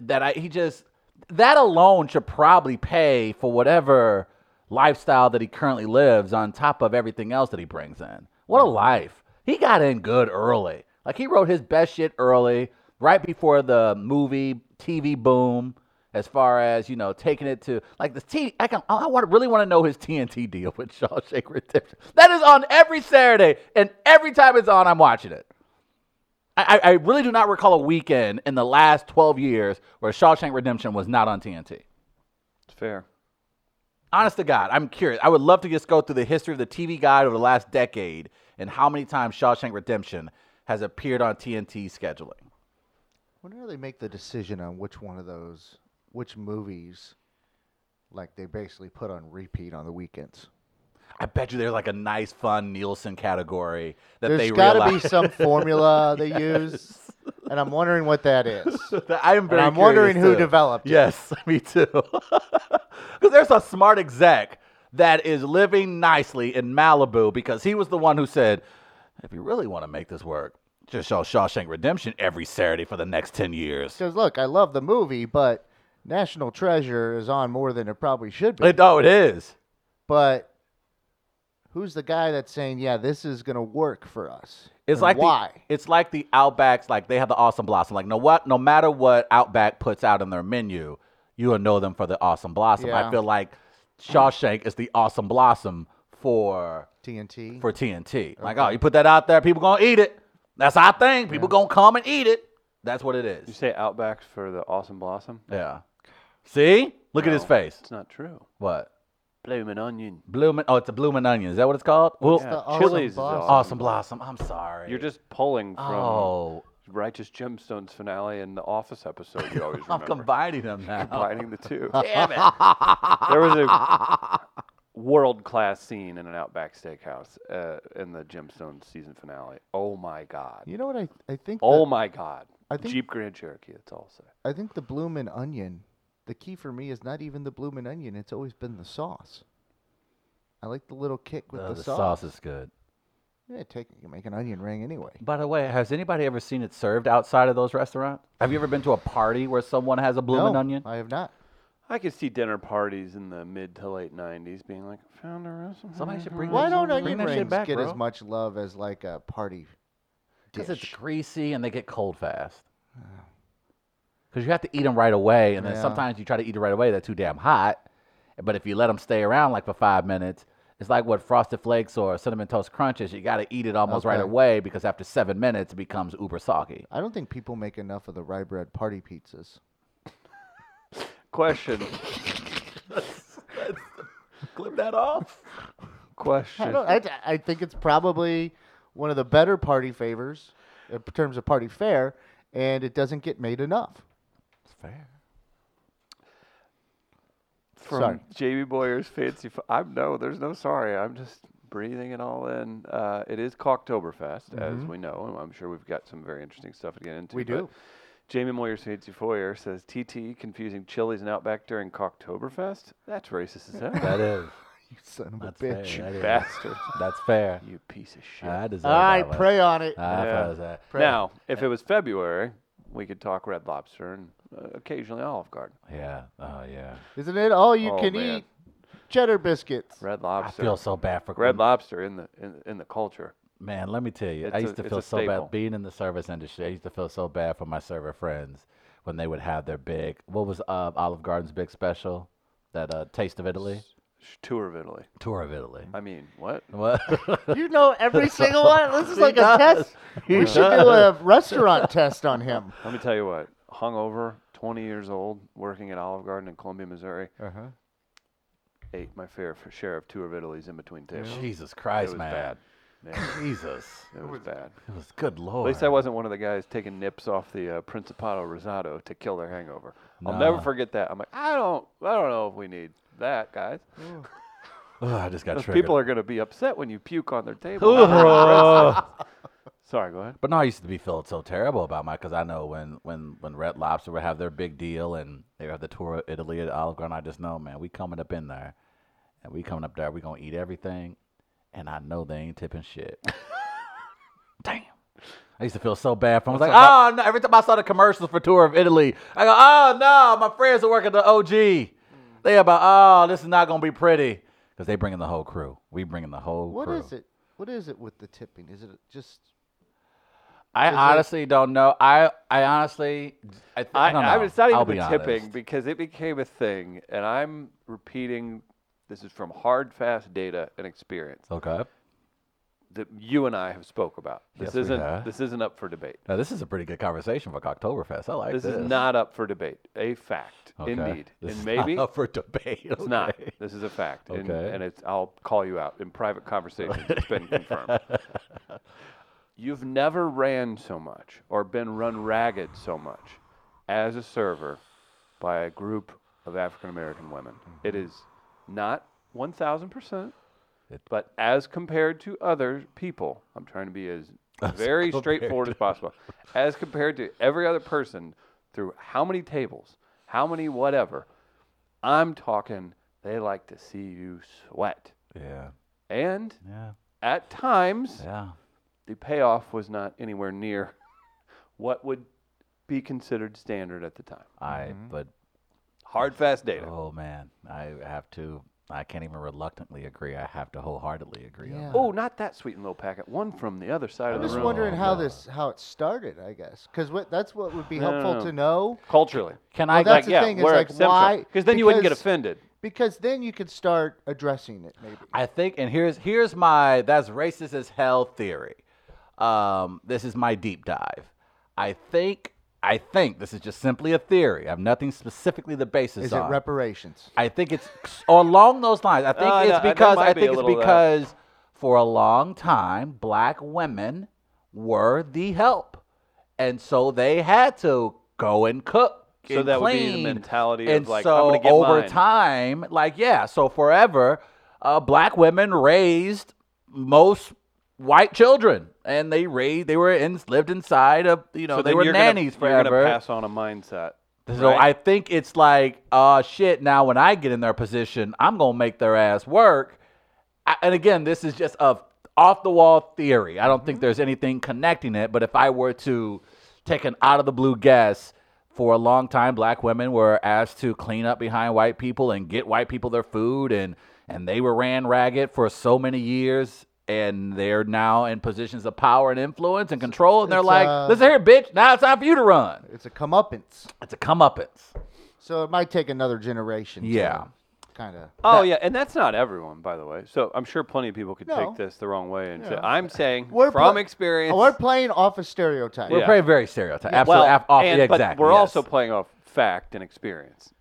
Speaker 1: that I he just that alone should probably pay for whatever lifestyle that he currently lives on top of everything else that he brings in. What a life. He got in good early. Like he wrote his best shit early, right before the movie TV boom. As far as you know, taking it to like the T, I can, I want really want to know his TNT deal with Shawshank Redemption. That is on every Saturday, and every time it's on, I'm watching it. I, I I really do not recall a weekend in the last 12 years where Shawshank Redemption was not on TNT.
Speaker 2: It's fair.
Speaker 1: Honest to God, I'm curious. I would love to just go through the history of the TV guide over the last decade and how many times Shawshank Redemption has appeared on TNT scheduling.
Speaker 3: When do they make the decision on which one of those, which movies, like they basically put on repeat on the weekends?
Speaker 1: I bet you there's like a nice, fun Nielsen category that
Speaker 3: There's
Speaker 1: they
Speaker 3: got to
Speaker 1: realize.
Speaker 3: be some formula they use, and I'm wondering what that is.
Speaker 1: I'm, very
Speaker 3: I'm wondering
Speaker 1: curious,
Speaker 3: who
Speaker 1: too.
Speaker 3: developed it.
Speaker 1: Yes, me too. Because there's a smart exec that is living nicely in Malibu because he was the one who said, if you really want to make this work, just show Shawshank Redemption every Saturday for the next 10 years.
Speaker 3: Because look, I love the movie, but National Treasure is on more than it probably should be.
Speaker 1: It, oh, it is.
Speaker 3: but who's the guy that's saying, "Yeah, this is gonna work for us"?
Speaker 1: It's
Speaker 3: And
Speaker 1: like
Speaker 3: why?
Speaker 1: The, it's like the Outbacks, like they have the awesome blossom. Like no what no matter what Outback puts out in their menu, you'll know them for the awesome blossom. I
Speaker 3: Yeah.
Speaker 1: feel like Shawshank is the awesome blossom for
Speaker 3: TNT.
Speaker 1: for TNT. Like, oh, you put that out there, people gonna eat it. That's our thing. People gonna come and eat it. That's what it
Speaker 2: You
Speaker 1: is.
Speaker 2: say Outbacks for the Awesome Blossom?
Speaker 1: Yeah. See? Look at his
Speaker 2: No,
Speaker 1: face.
Speaker 2: It's not true.
Speaker 1: What?
Speaker 2: Bloomin' onion.
Speaker 1: Bloomin' oh, it's a bloomin' onion. Is that what it's called? Well,
Speaker 2: Yeah,
Speaker 3: the Awesome
Speaker 2: Chili's
Speaker 3: Blossom.
Speaker 2: is awesome.
Speaker 1: awesome blossom. I'm sorry.
Speaker 2: You're just pulling from
Speaker 1: oh.
Speaker 2: Righteous Gemstones finale and the Office episode you always
Speaker 1: I'm
Speaker 2: remember.
Speaker 1: combining them now.
Speaker 2: combining the two.
Speaker 1: Damn it.
Speaker 2: there was a world class scene in an Outback Steakhouse uh, in the Gemstones season finale. Oh my God.
Speaker 3: you know what I? I think.
Speaker 2: Oh
Speaker 3: the,
Speaker 2: my God.
Speaker 3: I think-
Speaker 2: Jeep Grand Cherokee, that's all I'll say.
Speaker 3: I think the bloomin' onion. The key for me is not even the bloomin' onion. It's always been the sauce. I like the little kick with
Speaker 1: Oh,
Speaker 3: the,
Speaker 1: the
Speaker 3: sauce.
Speaker 1: sauce is good.
Speaker 3: Yeah, take you make an onion ring anyway.
Speaker 1: By the way, has anybody ever seen it served outside of those restaurants? Have you ever been to a party where someone has a bloomin'
Speaker 3: no,
Speaker 1: onion?
Speaker 3: I have not.
Speaker 2: I could see dinner parties in the mid to late 90s being like, found a restaurant.
Speaker 1: Somebody should bring
Speaker 3: Why
Speaker 1: that-
Speaker 3: don't
Speaker 1: bring
Speaker 3: onion
Speaker 1: that shit
Speaker 3: rings
Speaker 1: back,
Speaker 3: get
Speaker 1: bro.
Speaker 3: as much love as like a party?
Speaker 1: Because it's
Speaker 3: dish? Oh.
Speaker 1: greasy and they get cold fast. Because you have to eat them right away, and then
Speaker 3: Yeah.
Speaker 1: sometimes you try to eat it right away, they're too damn hot. But if you let them stay around like for five minutes, it's like what Frosted Flakes or Cinnamon Toast Crunch is. You got to eat it almost right
Speaker 3: Okay.
Speaker 1: away because after seven minutes, it becomes uber soggy.
Speaker 3: I don't think people make enough of the rye bread party pizzas.
Speaker 2: Question.
Speaker 1: Clip that off.
Speaker 3: I,
Speaker 2: Question.
Speaker 3: don't, I, I think it's probably one of the better party favors in terms of party fare, and it doesn't get made enough.
Speaker 1: It's fair.
Speaker 2: from
Speaker 3: Sorry.
Speaker 2: JB Boyer's Fancy. F- I'm no, there's no sorry. I'm just breathing it all in. Uh, it is Cocktoberfest, as we know, and I'm sure we've got some very interesting stuff to get into.
Speaker 3: We
Speaker 2: but
Speaker 3: do.
Speaker 2: Jamie Moyer's Fancy Foyer says TT confusing Chili's and Outback during Cocktoberfest. That's racist as hell.
Speaker 1: That is.
Speaker 3: You son of
Speaker 1: That's
Speaker 3: a bitch.
Speaker 1: fair. That is.
Speaker 2: Bastard.
Speaker 1: That's fair.
Speaker 2: You piece of shit.
Speaker 1: I deserve
Speaker 3: All right,
Speaker 1: that one.
Speaker 3: pray on it.
Speaker 1: I
Speaker 2: Yeah.
Speaker 1: deserve that.
Speaker 2: now, if it was February, we could talk Red Lobster and uh, occasionally Olive Garden.
Speaker 1: Yeah. Oh yeah.
Speaker 3: Isn't it all you
Speaker 2: Oh,
Speaker 3: can
Speaker 2: man.
Speaker 3: eat? Cheddar biscuits.
Speaker 2: Red
Speaker 1: I
Speaker 2: Lobster.
Speaker 1: feel so bad for
Speaker 2: Red Lobster in the in, in the culture.
Speaker 1: Man, let me tell you, I
Speaker 2: It's a-
Speaker 1: used to
Speaker 2: it's
Speaker 1: feel
Speaker 2: a
Speaker 1: so
Speaker 2: staple.
Speaker 1: bad being in the service industry. I used to feel so bad for my server friends when they would have their big what was uh, Olive Garden's big special, that uh, Taste of Italy,
Speaker 2: Sh- Tour of Italy.
Speaker 1: tour of Italy.
Speaker 2: I mean, what?
Speaker 1: What?
Speaker 3: You know every single one. This is like a
Speaker 1: does.
Speaker 3: test. We should do a restaurant test on him.
Speaker 2: Let me tell you what. Hungover, 20 years old, working at Olive Garden in Columbia, Missouri,
Speaker 3: Uh-huh.
Speaker 2: ate my fair f- share of tour of Italy's in between tables.
Speaker 1: Jesus
Speaker 2: It
Speaker 1: Christ,
Speaker 2: was
Speaker 1: man!
Speaker 2: bad. Yeah,
Speaker 1: Jesus,
Speaker 2: it was bad.
Speaker 1: it was good
Speaker 2: At
Speaker 1: lord.
Speaker 2: least I wasn't one of the guys taking nips off the uh, Principato Rosato to kill their hangover. I'll never
Speaker 1: Nah.
Speaker 2: forget that. I'm like, I don't, I don't know if we need that, guys.
Speaker 1: Ugh, I just got
Speaker 2: Those
Speaker 1: triggered.
Speaker 2: people are going to be upset when you puke on their table.
Speaker 1: Ugh.
Speaker 2: Sorry, go ahead.
Speaker 1: But no, I used to be feeling so terrible about my because I know when when when Red Lobster would have their big deal and they would have the tour of Italy at Olive Garden, I just know, man, we coming up in there, and we coming up there, we gonna eat everything, and I know they ain't tipping shit. Damn. I used to feel so bad for them. I was like, oh, no. Every time I saw the commercials for Tour of Italy, I go, oh, no, my friends that work at the OG. They about, oh, this is not going to be pretty. Because they bring in the whole crew. We bring in the whole
Speaker 3: What
Speaker 1: crew.
Speaker 3: is it? What is it with the tipping? Is it just
Speaker 1: I
Speaker 3: Is it-
Speaker 1: honestly don't know. I I honestly I, th- I,
Speaker 2: I,
Speaker 1: don't know.
Speaker 2: I, it's not
Speaker 1: I'll
Speaker 2: even
Speaker 1: be
Speaker 2: the tipping
Speaker 1: honest.
Speaker 2: because it became a thing, and I'm repeating. This is from hard, fast data and experience.
Speaker 1: Okay.
Speaker 2: that you and I have spoke about. This
Speaker 1: Yes, we
Speaker 2: isn't
Speaker 1: have.
Speaker 2: this isn't up for debate.
Speaker 1: Now, this is a pretty good conversation for Oktoberfest. I like
Speaker 2: This
Speaker 1: this.
Speaker 2: is not up for debate. A fact,
Speaker 1: Okay.
Speaker 2: indeed,
Speaker 1: This
Speaker 2: and
Speaker 1: is
Speaker 2: maybe
Speaker 1: not up for debate.
Speaker 2: It's not. This is a fact. And,
Speaker 1: Okay.
Speaker 2: and it's, I'll call you out in private conversations. It's been confirmed. You've never ran so much or been run ragged so much as a server by a group of African American women. It
Speaker 1: Mm-hmm.
Speaker 2: is not 1,000%,
Speaker 1: It-
Speaker 2: but as compared to other people, I'm trying to be as very
Speaker 1: compared
Speaker 2: straightforward as possible. As compared to every other person through how many tables, how many whatever, I'm talking, they like to see you sweat.
Speaker 1: Yeah.
Speaker 2: And
Speaker 1: Yeah.
Speaker 2: at times,
Speaker 1: Yeah.
Speaker 2: the payoff was not anywhere near what would be considered standard at the time.
Speaker 1: I
Speaker 2: Mm-hmm.
Speaker 1: but
Speaker 2: Hard, fast data.
Speaker 1: oh man, I have to. I can't even reluctantly agree. I have to wholeheartedly agree.
Speaker 3: Yeah.
Speaker 1: On that.
Speaker 2: Oh, not that sweet and low packet. One from the other side
Speaker 3: I'm
Speaker 2: of the
Speaker 3: just
Speaker 2: room.
Speaker 3: wondering how
Speaker 1: Oh,
Speaker 3: this how it started, I guess, because what that's what would be
Speaker 2: No, no,
Speaker 3: helpful
Speaker 2: no.
Speaker 3: to know.
Speaker 2: Culturally.
Speaker 1: Can
Speaker 3: Well,
Speaker 1: I?
Speaker 3: that's
Speaker 1: Like,
Speaker 3: the
Speaker 2: yeah,
Speaker 3: thing is,
Speaker 2: where
Speaker 3: like,
Speaker 2: it's central.
Speaker 3: why-
Speaker 2: Because then you wouldn't get
Speaker 3: because-
Speaker 2: offended.
Speaker 3: Because then you could start addressing it, maybe.
Speaker 1: I think, and here's here's my that's racist as hell theory. Um, this is my deep dive. I think I think this is just simply a theory. I have nothing specifically the basis.
Speaker 3: Is it
Speaker 1: on.
Speaker 3: reparations?
Speaker 1: I think it's along those lines. I think
Speaker 2: Uh, no,
Speaker 1: it's
Speaker 2: there
Speaker 1: because
Speaker 2: might
Speaker 1: I
Speaker 2: be a
Speaker 1: think it's
Speaker 2: little of that.
Speaker 1: because for a long time black women were the help, and so they had to go and cook.
Speaker 2: So
Speaker 1: and
Speaker 2: that would be the
Speaker 1: clean.
Speaker 2: mentality of,
Speaker 1: and
Speaker 2: like, I'm
Speaker 1: so
Speaker 2: gonna get
Speaker 1: over
Speaker 2: mine.
Speaker 1: time, like yeah, so forever, uh, black women raised most white children, and they raised they were in lived inside of you know
Speaker 2: so
Speaker 1: they
Speaker 2: then
Speaker 1: were
Speaker 2: you're
Speaker 1: nannies
Speaker 2: gonna,
Speaker 1: forever.
Speaker 2: You're going to pass on a mindset.
Speaker 1: So
Speaker 2: right?
Speaker 1: I think it's like, uh, shit. Now when I get in their position, I'm gonna make their ass work. I, and again, this is just a off the wall theory. I don't
Speaker 3: Mm-hmm.
Speaker 1: think there's anything connecting it. But if I were to take an out of the blue guess, for a long time, black women were asked to clean up behind white people and get white people their food, and and they were ran ragged for so many years. And they're now in positions of power and influence and control, and they're
Speaker 3: It's,
Speaker 1: like,
Speaker 3: uh,
Speaker 1: "Listen here, bitch! Now it's time for you to run."
Speaker 3: It's a comeuppance,
Speaker 1: It's a comeuppance.
Speaker 3: so it might take another generation.
Speaker 1: Yeah.
Speaker 3: kind of.
Speaker 2: Oh, yeah. And that's not everyone, by the way. So I'm sure plenty of people could
Speaker 3: No.
Speaker 2: take this the wrong way. And say,
Speaker 3: Yeah.
Speaker 2: I'm saying
Speaker 3: We're
Speaker 2: from
Speaker 3: pla- Oh,
Speaker 2: experience.
Speaker 3: we're playing off a stereotype.
Speaker 1: We're
Speaker 2: Yeah.
Speaker 1: playing very stereotype. Absolutely.
Speaker 2: well,
Speaker 1: af- off,
Speaker 2: and,
Speaker 1: exactly.
Speaker 2: But we're
Speaker 1: yes.
Speaker 2: also playing off fact and experience.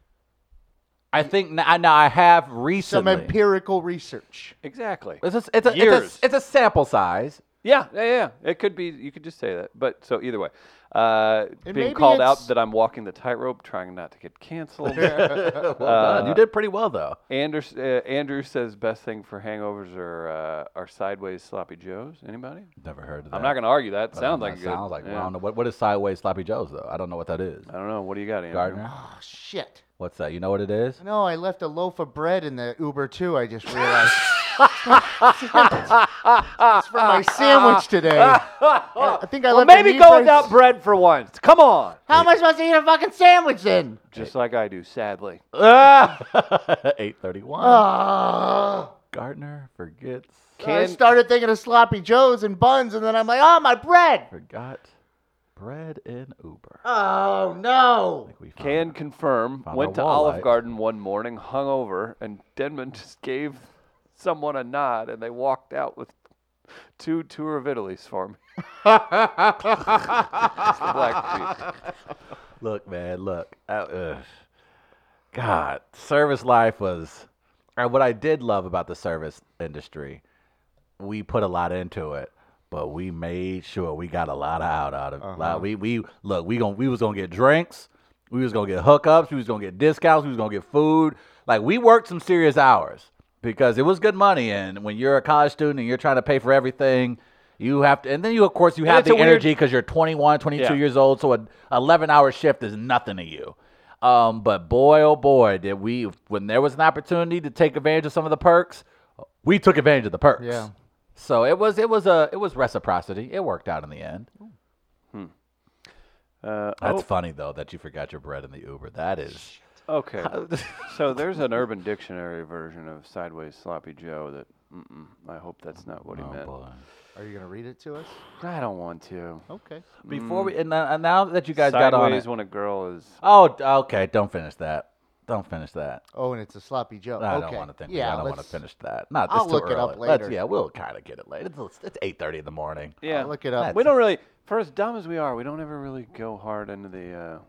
Speaker 1: I think now, now I have
Speaker 3: Some
Speaker 1: recently.
Speaker 3: empirical research.
Speaker 2: Exactly.
Speaker 1: it's, a, it's, a,
Speaker 2: Years.
Speaker 1: it's, a, it's a sample size.
Speaker 2: Yeah, yeah, yeah. It could be. You could just say that. But so either way, uh, being
Speaker 3: And maybe
Speaker 2: called out
Speaker 3: it's-
Speaker 2: that I'm walking the tightrope, trying not to get canceled.
Speaker 1: well
Speaker 2: Uh,
Speaker 1: done. You did pretty well though.
Speaker 2: Andrew, uh, Andrew says best thing for hangovers are uh, are sideways sloppy joes. Anybody?
Speaker 1: Never heard of that.
Speaker 2: I'm not going to argue that.
Speaker 1: But
Speaker 2: Sounds
Speaker 1: that
Speaker 2: like a good.
Speaker 1: sounds like. Well, I
Speaker 2: yeah.
Speaker 1: don't know what what is sideways sloppy joes though. I don't know what that is.
Speaker 2: I don't know. What do you got, Andrew?
Speaker 1: Gardner,
Speaker 3: Oh shit!
Speaker 1: what's that? You know what it is?
Speaker 3: No, I left a loaf of bread in the Uber too. I just realized. it's for my sandwich today. I I think I
Speaker 2: Well,
Speaker 3: left.
Speaker 2: maybe
Speaker 3: a
Speaker 2: go
Speaker 3: Neifers-
Speaker 2: without bread for once. Come on.
Speaker 3: How am I supposed to eat a fucking sandwich then?
Speaker 2: Just like I do, sadly.
Speaker 1: Uh, Eight thirty-one.
Speaker 3: Oh,
Speaker 1: Gardner forgets.
Speaker 3: I
Speaker 2: Can-
Speaker 3: started thinking of sloppy joes and buns, and then I'm like, oh my bread.
Speaker 1: Forgot bread in Uber. I
Speaker 3: Oh no.
Speaker 1: think we found
Speaker 2: Can
Speaker 1: it.
Speaker 2: confirm.
Speaker 1: Found
Speaker 2: went
Speaker 1: a
Speaker 2: to
Speaker 1: wall
Speaker 2: Olive
Speaker 1: light.
Speaker 2: Garden one morning, hungover, and Denman just gave someone a nod, and they walked out with two tour of Italy's for me. It's the black sheep.
Speaker 1: Look, man, look. Uh, ugh. God, service life was. And what I did love about the service industry, we put a lot into it, but we made sure we got a lot out out of.
Speaker 3: Uh-huh.
Speaker 1: Like we we look, we gon' we was gonna get drinks, we was gonna get hookups, we was gonna get discounts, we was gonna get food. Like we worked some serious hours because it was good money, and when you're a college student and you're trying to pay for everything. You have to, and then you, of course, you have
Speaker 2: it's
Speaker 1: the
Speaker 2: a weird-
Speaker 1: energy because you're 21, 22
Speaker 2: Yeah.
Speaker 1: years old. So an 11 hour shift is nothing to you. Um, but boy, oh boy, did we, when there was an opportunity to take advantage of some of the perks, we took advantage of the perks.
Speaker 3: Yeah.
Speaker 1: So it was, it was a, it was reciprocity. It worked out in the end.
Speaker 2: Uh,
Speaker 1: That's
Speaker 2: oh,
Speaker 1: funny though that you forgot your bread in the Uber. That is. Oh,
Speaker 2: okay. So there's an Urban Dictionary version of Sideways Sloppy Joe that. Mm-mm, I hope that's not what he
Speaker 1: Oh
Speaker 2: meant.
Speaker 1: boy.
Speaker 2: Mm.
Speaker 3: Are you gonna read it to us?
Speaker 2: I don't want to.
Speaker 3: Okay.
Speaker 1: Before we, and, uh, and now that you guys
Speaker 2: Sideways
Speaker 1: got on it.
Speaker 2: when a girl is.
Speaker 1: Oh, okay. Don't finish that. Don't finish that.
Speaker 3: Oh, and it's a sloppy joke.
Speaker 1: I
Speaker 3: okay.
Speaker 1: don't want to finish.
Speaker 3: Yeah,
Speaker 1: I don't want to
Speaker 3: let's-
Speaker 1: finish that. Not.
Speaker 3: I'll
Speaker 1: it's
Speaker 3: look
Speaker 1: too
Speaker 3: it up
Speaker 1: early. Let's-
Speaker 3: later.
Speaker 1: yeah, we'll kind of get it later. It's, it's eight thirty in the morning.
Speaker 2: Yeah.
Speaker 3: I'll look it up.
Speaker 1: That's-
Speaker 2: we don't really, for as dumb as we are, we don't ever really go hard into the. Uh,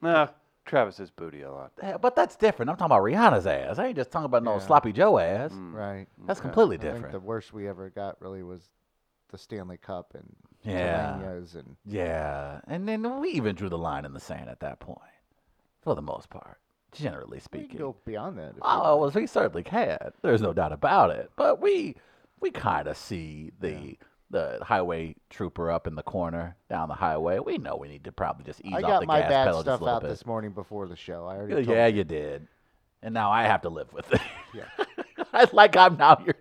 Speaker 2: nah, Travis is booty a lot.
Speaker 1: Yeah, but that's different. I'm talking about Rihanna's ass. I ain't just talking about no
Speaker 3: Yeah.
Speaker 1: sloppy Joe ass.
Speaker 2: Mm,
Speaker 3: Right.
Speaker 1: That's
Speaker 2: okay.
Speaker 1: completely
Speaker 3: I think the
Speaker 1: different.
Speaker 3: worst we ever got really was the Stanley Cup and
Speaker 1: Yeah.
Speaker 3: Telenias and
Speaker 1: Yeah, and then we even drew the line in the sand at that point, for the most part, generally
Speaker 3: we
Speaker 1: speaking.
Speaker 3: can go beyond that. if you
Speaker 1: Oh,
Speaker 3: want.
Speaker 1: well, we certainly can. There's no doubt about it. But we we kind of see the the highway trooper up in the corner down the highway. We know we need to probably just ease
Speaker 3: I
Speaker 1: off
Speaker 3: got
Speaker 1: the
Speaker 3: my
Speaker 1: gas
Speaker 3: bad
Speaker 1: pedal just
Speaker 3: stuff
Speaker 1: a little
Speaker 3: out
Speaker 1: bit.
Speaker 3: this morning before the show. I already
Speaker 1: Yeah,
Speaker 3: told
Speaker 1: yeah,
Speaker 3: you.
Speaker 1: you did, and now I have to live with it.
Speaker 3: Yeah.
Speaker 1: I like I'm now your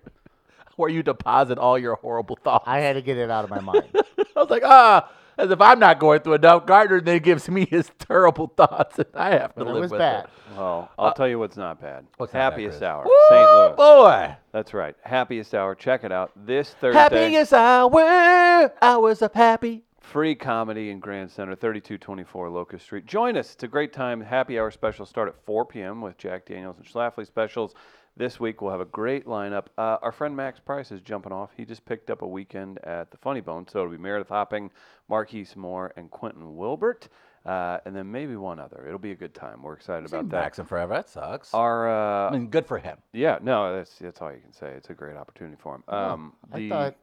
Speaker 1: where you deposit all your horrible thoughts.
Speaker 3: I had to get it out of my mind.
Speaker 1: I was like, ah, as if I'm not going through enough. Gardner then gives me his terrible thoughts, and I have to
Speaker 3: But it
Speaker 1: live
Speaker 3: was
Speaker 1: with
Speaker 3: bad.
Speaker 1: it.
Speaker 2: Well, I'll tell you what's not bad.
Speaker 1: Uh, What's not bad,
Speaker 2: Happiest
Speaker 1: Chris?
Speaker 2: Hour, St.
Speaker 1: Woo,
Speaker 2: Louis.
Speaker 1: boy.
Speaker 2: That's right. Happiest Hour. Check it out this Thursday.
Speaker 1: Happiest hour, hours of happy.
Speaker 2: Free comedy in Grand Center, 3224 Locust Street. Join us. It's a great time. Happy hour specials start at 4 p.m. with Jack Daniels and Schlafly specials. This week we'll have a great lineup. Uh, our friend Max Price is jumping off. He just picked up a weekend at the Funny Bone, so it'll be Meredith Hopping, Marquise Moore, and Quentin Wilbert, uh, and then maybe one other. It'll be a good time. We're excited about that.
Speaker 1: Maxim forever. That sucks.
Speaker 2: Our uh,
Speaker 1: I mean, good for him.
Speaker 2: yeah, no, that's that's all you can say. It's a great opportunity for him. Um,
Speaker 3: I
Speaker 2: the-
Speaker 3: thought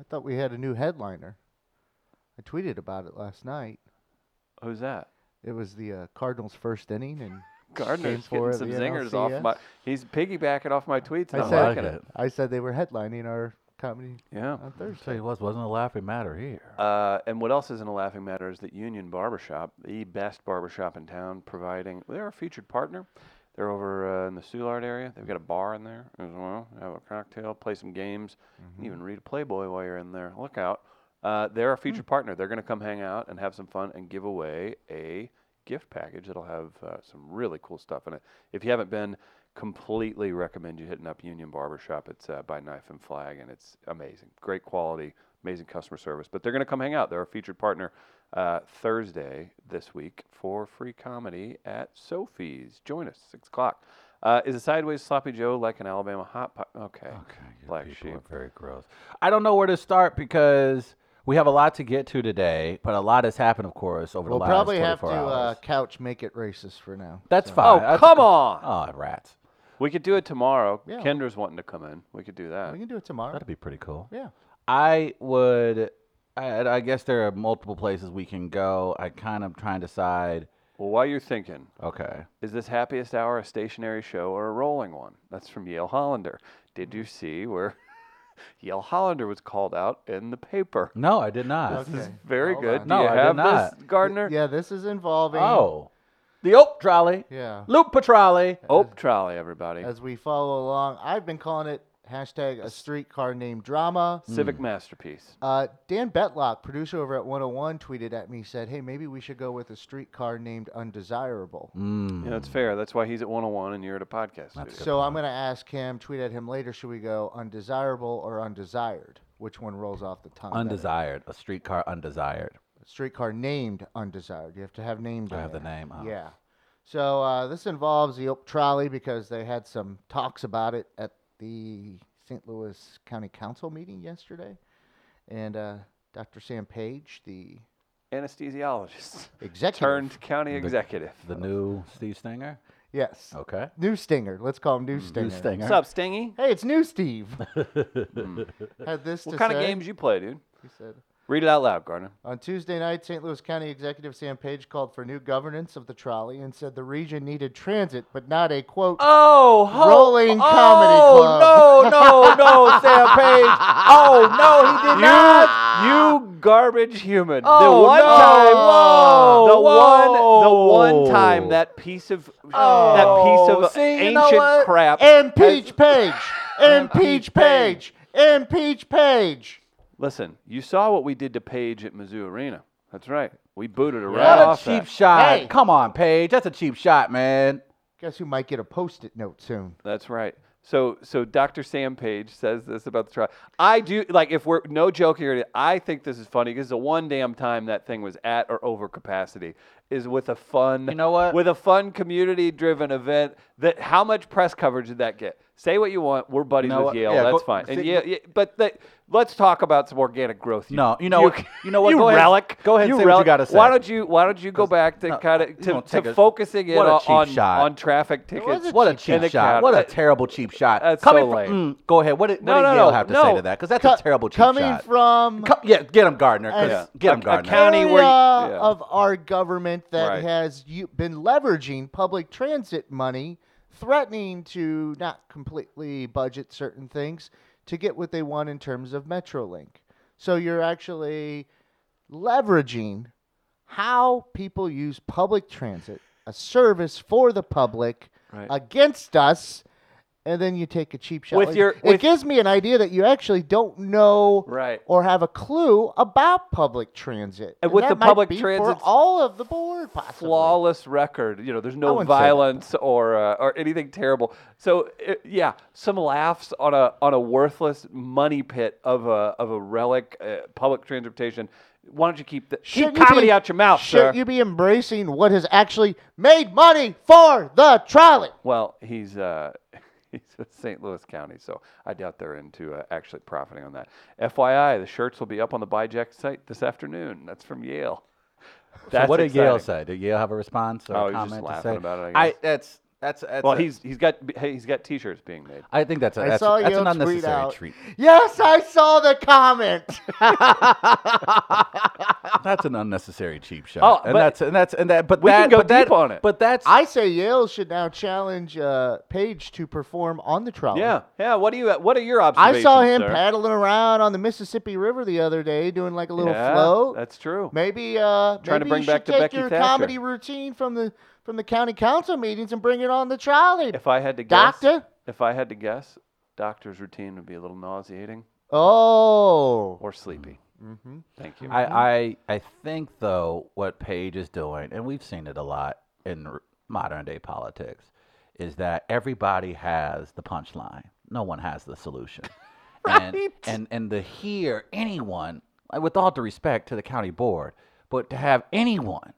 Speaker 3: I thought we had a new headliner. I tweeted about it last night.
Speaker 2: who's that?
Speaker 3: It was the uh, Cardinals' first inning, and
Speaker 2: Gardner's
Speaker 3: for
Speaker 2: getting some
Speaker 3: the
Speaker 2: zingers off
Speaker 3: NLCS.
Speaker 2: my. He's piggybacking off my tweets.
Speaker 3: I
Speaker 2: And I'm
Speaker 3: said-
Speaker 2: liking it.
Speaker 3: I said they were headlining our comedy
Speaker 2: Yeah.
Speaker 3: on
Speaker 1: Tell
Speaker 3: Thursday.
Speaker 1: you what, wasn't a laughing matter here.
Speaker 2: Uh, and what else isn't a laughing matter is that Union Barbershop, the best barbershop in town, providing. They're a featured partner. They're over uh, in the Soulard area. They've got a bar in there as well. Have a cocktail, play some games,
Speaker 3: Mm-hmm.
Speaker 2: and even read a Playboy while you're in there. Look out. Uh, they're a
Speaker 3: Hmm.
Speaker 2: featured partner. They're going to come hang out and have some fun and give away a gift package that'll have uh, some really cool stuff in it. If you haven't been, completely recommend you hitting up Union Barbershop. It's uh, by Knife and Flag, and it's amazing. Great quality, amazing customer service. But they're going to come hang out. They're a featured partner uh, Thursday this week for free comedy at Sophie's. Join us, 6 o'clock. Uh, is a sideways sloppy Joe like an Alabama hot pot? Okay.
Speaker 1: you
Speaker 2: Black
Speaker 1: people
Speaker 2: sheep.
Speaker 1: are very gross. I don't know where to start because we have a lot to get to today, but a lot has happened, of course, over
Speaker 3: We'll
Speaker 1: the last
Speaker 3: probably have
Speaker 1: 24
Speaker 3: to uh,
Speaker 1: hours.
Speaker 3: couch make it racist for now.
Speaker 1: That's
Speaker 3: So-
Speaker 1: fine.
Speaker 2: Oh,
Speaker 1: That's-
Speaker 2: come on.
Speaker 1: Oh, rats.
Speaker 2: We could do it tomorrow.
Speaker 3: Yeah.
Speaker 2: Kendra's wanting to come in. We could do that.
Speaker 3: We can do it tomorrow.
Speaker 1: That'd be pretty cool.
Speaker 3: yeah.
Speaker 1: I would. I, I guess there are multiple places we can go. I kind of trying to decide.
Speaker 2: Well, while you're thinking,
Speaker 1: Okay.
Speaker 2: Is this happiest hour a stationary show or a rolling one? That's from Yale Hollander. Did you see where Yale Hollander was called out in the paper?
Speaker 1: No, I did not.
Speaker 3: Okay.
Speaker 2: Very
Speaker 3: Hold
Speaker 2: good.
Speaker 3: on.
Speaker 2: Do
Speaker 1: No,
Speaker 2: you
Speaker 1: I did
Speaker 2: have this,
Speaker 1: not.
Speaker 2: Gardner?
Speaker 3: Yeah, this is involving.
Speaker 1: Oh, the Oak Trolley,
Speaker 3: Yeah.
Speaker 1: Loop Patrolley.
Speaker 2: Ope trolley, everybody.
Speaker 3: As we follow along, I've been calling it hashtag a streetcar named drama.
Speaker 2: Civic
Speaker 1: Hmm.
Speaker 2: masterpiece.
Speaker 3: Uh, Dan Betlock, producer over at 101, tweeted at me, said, Hey, maybe we should go with a streetcar named Undesirable.
Speaker 1: Mm.
Speaker 2: Yeah, that's fair. That's why he's at 101 and you're at a podcast
Speaker 1: That's
Speaker 2: studio.
Speaker 3: So I'm going to ask him, tweet at him later, should we go undesirable or undesired? Which one rolls off the tongue? better?
Speaker 1: Undesired, a streetcar undesired.
Speaker 3: Streetcar named undesired. You have to have named.
Speaker 1: I
Speaker 3: in
Speaker 1: have the
Speaker 3: there.
Speaker 1: name. huh?
Speaker 3: Yeah. So uh, this involves the Oak Trolley because they had some talks about it at the St. Louis County Council meeting yesterday. And uh, Dr. Sam Page, the
Speaker 2: Anesthesiologist
Speaker 3: executive.
Speaker 2: turned county executive.
Speaker 1: The new Steve Stinger.
Speaker 3: Yes.
Speaker 1: Okay.
Speaker 3: New Stinger. Let's call him New Stinger.
Speaker 1: Oh. Mm, New Stinger.
Speaker 2: What's up, Stingy?
Speaker 3: Hey, it's New Steve. Had this
Speaker 2: Hmm. What
Speaker 3: to
Speaker 2: kind
Speaker 3: say.
Speaker 2: of games you play, dude?
Speaker 3: He said.
Speaker 2: Read it out loud, Gardner.
Speaker 3: On Tuesday night, St. Louis County Executive Sam Page called for new governance of the trolley and said the region needed transit, but not a quote.
Speaker 1: Oh, ho-
Speaker 3: Rolling Comedy
Speaker 1: oh,
Speaker 3: Club.
Speaker 1: no, no, no, Sam Page. Oh no, he did not.
Speaker 2: You, you garbage human.
Speaker 1: Oh,
Speaker 2: the one
Speaker 1: no.
Speaker 2: time,
Speaker 1: Whoa,
Speaker 2: the one, the
Speaker 1: whoa.
Speaker 2: one time that piece of that
Speaker 1: Oh,
Speaker 2: piece of
Speaker 1: see, you know
Speaker 2: ancient
Speaker 1: what?
Speaker 2: crap.
Speaker 3: Impeach Page! Impeach
Speaker 1: Oh. Impeach
Speaker 3: Page! Impeach Page!
Speaker 2: Listen, you saw what we did to Paige at Mizzou Arena. That's right. We booted her right
Speaker 1: What a
Speaker 2: off.
Speaker 1: cheap
Speaker 2: that.
Speaker 1: shot.
Speaker 3: Hey.
Speaker 1: Come on, Paige. That's a cheap shot, man.
Speaker 3: Guess who might get a post it note soon?
Speaker 2: That's right. So, so Dr. Sam Page says this about the trial. I do like if we're no joke here. I think this is funny because the one damn time that thing was at or over capacity is with a fun,
Speaker 1: You know what?
Speaker 2: with a fun community-driven event. That how much press coverage did that get? Say what you want. We're buddies
Speaker 1: know
Speaker 2: with
Speaker 1: what?
Speaker 2: Yale.
Speaker 3: Yeah,
Speaker 2: That's
Speaker 3: go-
Speaker 2: fine. And
Speaker 3: see-
Speaker 2: yeah, yeah, but the, let's talk about some organic growth.
Speaker 1: No, you know what- you know what,
Speaker 2: You
Speaker 1: go ahead-
Speaker 2: relic.
Speaker 1: go ahead and
Speaker 2: You
Speaker 1: say what you
Speaker 2: relic.
Speaker 1: gotta say.
Speaker 2: Why don't you? Why don't you go back to
Speaker 1: no,
Speaker 2: kind
Speaker 1: you
Speaker 2: of to,
Speaker 1: gonna take
Speaker 2: to
Speaker 1: a-
Speaker 2: focusing in
Speaker 1: what a
Speaker 2: on
Speaker 1: cheap
Speaker 2: on,
Speaker 1: shot.
Speaker 2: on traffic tickets.
Speaker 3: was a
Speaker 1: What a
Speaker 3: cheap
Speaker 1: cheap
Speaker 2: and the
Speaker 1: shot!
Speaker 2: crowd.
Speaker 1: What a
Speaker 2: That-
Speaker 1: terrible cheap shot!
Speaker 2: That's
Speaker 1: coming
Speaker 2: so
Speaker 1: from,
Speaker 2: lame.
Speaker 1: Mm, go ahead. What did,
Speaker 2: No,
Speaker 1: what did
Speaker 2: no,
Speaker 1: Yale
Speaker 2: no,
Speaker 1: have to say
Speaker 2: no.
Speaker 1: to that? Because that's
Speaker 3: Co-
Speaker 1: a terrible cheap
Speaker 3: coming
Speaker 1: shot.
Speaker 3: from
Speaker 1: Co- yeah, get him Gardner. 'cause-
Speaker 3: Yeah.
Speaker 1: Get him
Speaker 2: A- a
Speaker 1: Gardner.
Speaker 2: county-
Speaker 3: area
Speaker 2: where you- yeah.
Speaker 3: of our government that
Speaker 2: Right.
Speaker 3: has u- been leveraging public transit money, threatening to not completely budget certain things to get what they want in terms of MetroLink. So you're actually leveraging how people use public transit, a service for the public,
Speaker 2: Right.
Speaker 3: against us. And then you take a cheap shot.
Speaker 2: With
Speaker 3: Like,
Speaker 2: your-
Speaker 3: it
Speaker 2: with-
Speaker 3: gives me an idea that you actually don't know
Speaker 2: Right.
Speaker 3: or have a clue about public transit.
Speaker 2: And with
Speaker 3: that
Speaker 2: the
Speaker 3: might
Speaker 2: public
Speaker 3: be
Speaker 2: transit's
Speaker 3: for all of the board, possibly.
Speaker 2: flawless record. You know, there's no
Speaker 3: wouldn't say that, though.
Speaker 2: violence or uh, or anything terrible. So uh, yeah, some laughs on a on a worthless money pit of a of a relic uh, public transportation. Why don't you keep the
Speaker 3: Shouldn't
Speaker 2: keep
Speaker 3: you
Speaker 2: comedy
Speaker 3: be-
Speaker 2: out your mouth, sir?
Speaker 3: Should you be embracing what has actually made money for the trolley?
Speaker 2: Well, he's uh, he's with St. Louis County, so I doubt they're into uh, actually profiting on that. FYI, the shirts will be up on the Buy Jack site this afternoon. That's from Yale.
Speaker 1: So
Speaker 2: That's
Speaker 1: what did Yale
Speaker 2: exciting.
Speaker 1: say? Did Yale have a response or
Speaker 2: Oh,
Speaker 1: a
Speaker 2: he was just
Speaker 1: comment to
Speaker 2: laughing
Speaker 1: say?
Speaker 2: about it, I guess.
Speaker 1: that's that's, that's
Speaker 2: Well,
Speaker 1: a-
Speaker 2: he's he's got hey, he's got T-shirts being made.
Speaker 1: I think that's a,
Speaker 3: I
Speaker 1: that's,
Speaker 3: saw
Speaker 1: that's
Speaker 3: Yale
Speaker 1: an
Speaker 3: tweet
Speaker 1: unnecessary
Speaker 3: out.
Speaker 1: treat.
Speaker 3: Yes, I saw the comment.
Speaker 1: That's an unnecessary cheap shot.
Speaker 2: Oh,
Speaker 1: and
Speaker 2: but-
Speaker 1: that's and that's and that. But
Speaker 2: We
Speaker 1: that,
Speaker 2: can go
Speaker 1: but that,
Speaker 2: deep on it.
Speaker 1: But that's
Speaker 3: I say Yale should now challenge uh, Page to perform on the trolley.
Speaker 2: Yeah, yeah. What do you? What are your observations?
Speaker 3: I saw him
Speaker 2: sir?
Speaker 3: paddling around on the Mississippi River the other day, doing like a little
Speaker 2: Yeah,
Speaker 3: float.
Speaker 2: That's true.
Speaker 3: Maybe uh,
Speaker 2: Trying to
Speaker 3: maybe
Speaker 2: bring
Speaker 3: you
Speaker 2: back
Speaker 3: should
Speaker 2: the
Speaker 3: take
Speaker 2: Becky
Speaker 3: your
Speaker 2: Thatcher.
Speaker 3: comedy routine from the from the county council meetings and bring it on the trolley.
Speaker 2: If I had to guess,
Speaker 3: Doctor?
Speaker 2: if I had to guess, doctor's routine would be a little nauseating
Speaker 3: Oh.
Speaker 2: or sleepy. Mm-hmm. Thank you.
Speaker 1: I, I I think though what Page is doing, and we've seen it a lot in r- modern day politics, is that everybody has the punchline. No one has the solution. And,
Speaker 2: Right.
Speaker 1: and and to hear anyone, like, with all due respect to the county board, but to have anyone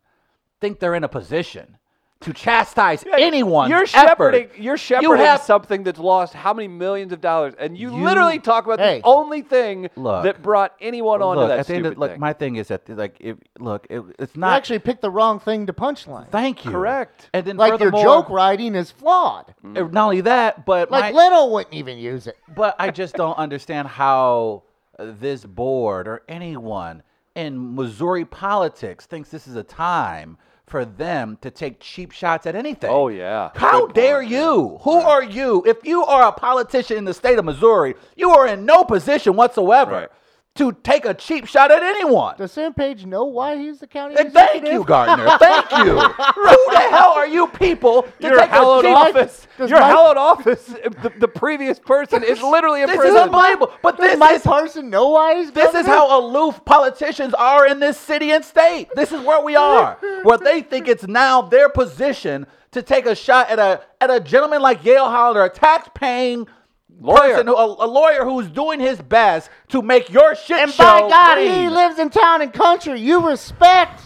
Speaker 1: think they're in a position to chastise anyone,
Speaker 2: You're shepherding. You're shepherding
Speaker 1: have-
Speaker 2: something that's lost how many millions of dollars, and you,
Speaker 1: You-
Speaker 2: literally talk about
Speaker 3: Hey.
Speaker 2: the only thing
Speaker 1: Look.
Speaker 2: that brought anyone onto
Speaker 1: look,
Speaker 2: that
Speaker 1: at the end
Speaker 2: stupid
Speaker 1: of, look,
Speaker 2: thing.
Speaker 1: my thing is that like if look, it, it's
Speaker 3: You
Speaker 1: not
Speaker 3: actually picked the wrong thing to punchline.
Speaker 1: Thank you.
Speaker 2: Correct.
Speaker 1: And then
Speaker 3: like your
Speaker 1: furthermore-
Speaker 3: joke writing is flawed.
Speaker 1: Uh, Not only that, but
Speaker 3: Like
Speaker 1: my,
Speaker 3: Leno wouldn't even use it.
Speaker 1: but I just don't understand how uh, this board or anyone in Missouri politics thinks this is a time for them to take cheap shots at anything.
Speaker 2: Oh, yeah.
Speaker 1: How
Speaker 2: Good
Speaker 1: dare
Speaker 2: point.
Speaker 1: you? Who are you? If you are a politician in the state of Missouri, you are in no position whatsoever
Speaker 2: Right.
Speaker 1: to take a cheap shot at anyone.
Speaker 3: Does Sam Page know why he's the county?
Speaker 1: And thank you,
Speaker 3: executive?
Speaker 1: Gardner. Thank you. Who the hell are you people to
Speaker 2: Your
Speaker 1: take a
Speaker 2: hallowed
Speaker 1: cheap
Speaker 2: office.
Speaker 3: does
Speaker 2: Your
Speaker 3: my-
Speaker 2: hallowed office. The, the previous person is literally in
Speaker 1: This is
Speaker 2: prison.
Speaker 1: unbelievable. But
Speaker 3: Does
Speaker 1: this
Speaker 3: my
Speaker 1: is
Speaker 3: person know why he's
Speaker 1: this is
Speaker 3: governor?
Speaker 1: how aloof politicians are in this city and state. This is where we are, where they think it's now their position to take a shot at a at a gentleman like Yale Hollander, a tax-paying
Speaker 2: Lawyer.
Speaker 1: person, who, a, a lawyer who's doing his best to make your shit
Speaker 3: And
Speaker 1: show
Speaker 3: by God, he
Speaker 1: clean.
Speaker 3: lives in town and country. You respect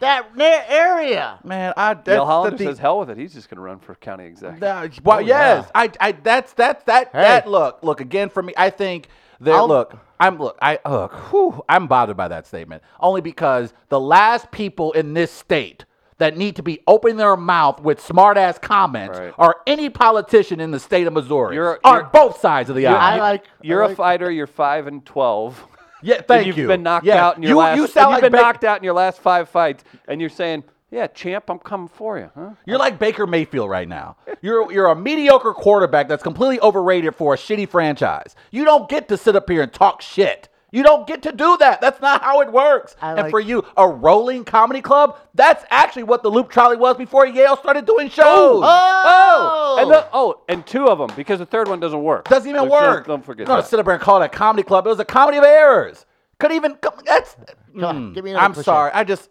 Speaker 3: that na- area.
Speaker 1: Man, I that's
Speaker 2: Yale Hollander
Speaker 1: the,
Speaker 2: says, "Hell with it." He's just going to run for county exec.
Speaker 1: Nah,
Speaker 3: Oh,
Speaker 2: Oh,
Speaker 1: well, yes, I, I, that's that's that
Speaker 3: Hey.
Speaker 1: that look, look again for me. I think that
Speaker 3: I'll-
Speaker 1: look, I'm look, I look, whew, I'm bothered by that statement only because the last people in this state that need to be opening their mouth with smart ass comments
Speaker 2: Right.
Speaker 1: are any politician in the state of Missouri
Speaker 2: You're-
Speaker 1: are
Speaker 2: you're-
Speaker 1: both sides of the aisle.
Speaker 3: I like.
Speaker 2: You're
Speaker 3: I
Speaker 2: a
Speaker 3: like-
Speaker 2: fighter. You're five and twelve.
Speaker 1: yeah, thank
Speaker 2: and you've
Speaker 1: you.
Speaker 2: been knocked
Speaker 1: Yeah.
Speaker 2: out in your
Speaker 1: you,
Speaker 2: last.
Speaker 1: You
Speaker 2: and
Speaker 1: sound
Speaker 2: you've
Speaker 1: like
Speaker 2: been
Speaker 1: Baker-
Speaker 2: knocked out in your last five fights, and you're saying, "Yeah, champ, I'm coming for you." Huh?
Speaker 1: You're like Baker Mayfield right now. You're you're a mediocre quarterback that's completely overrated for a shitty franchise. You don't get to sit up here and talk shit. You don't get to do that. That's not how it works.
Speaker 3: I
Speaker 1: and
Speaker 3: like-
Speaker 1: for you, a rolling comedy club, that's actually what the Loop Trolley was before Yale started doing shows.
Speaker 3: Oh,
Speaker 2: Oh! And the, oh, and two of them because the third one doesn't work.
Speaker 1: Doesn't even
Speaker 2: Don't-
Speaker 1: work.
Speaker 2: Don't, don't forget
Speaker 1: No,
Speaker 2: that.
Speaker 1: sit up here and call it a comedy club. It was a comedy of errors. Could even come- that's. mm,
Speaker 3: on, give me another
Speaker 1: I'm
Speaker 3: cliche.
Speaker 1: sorry. I just.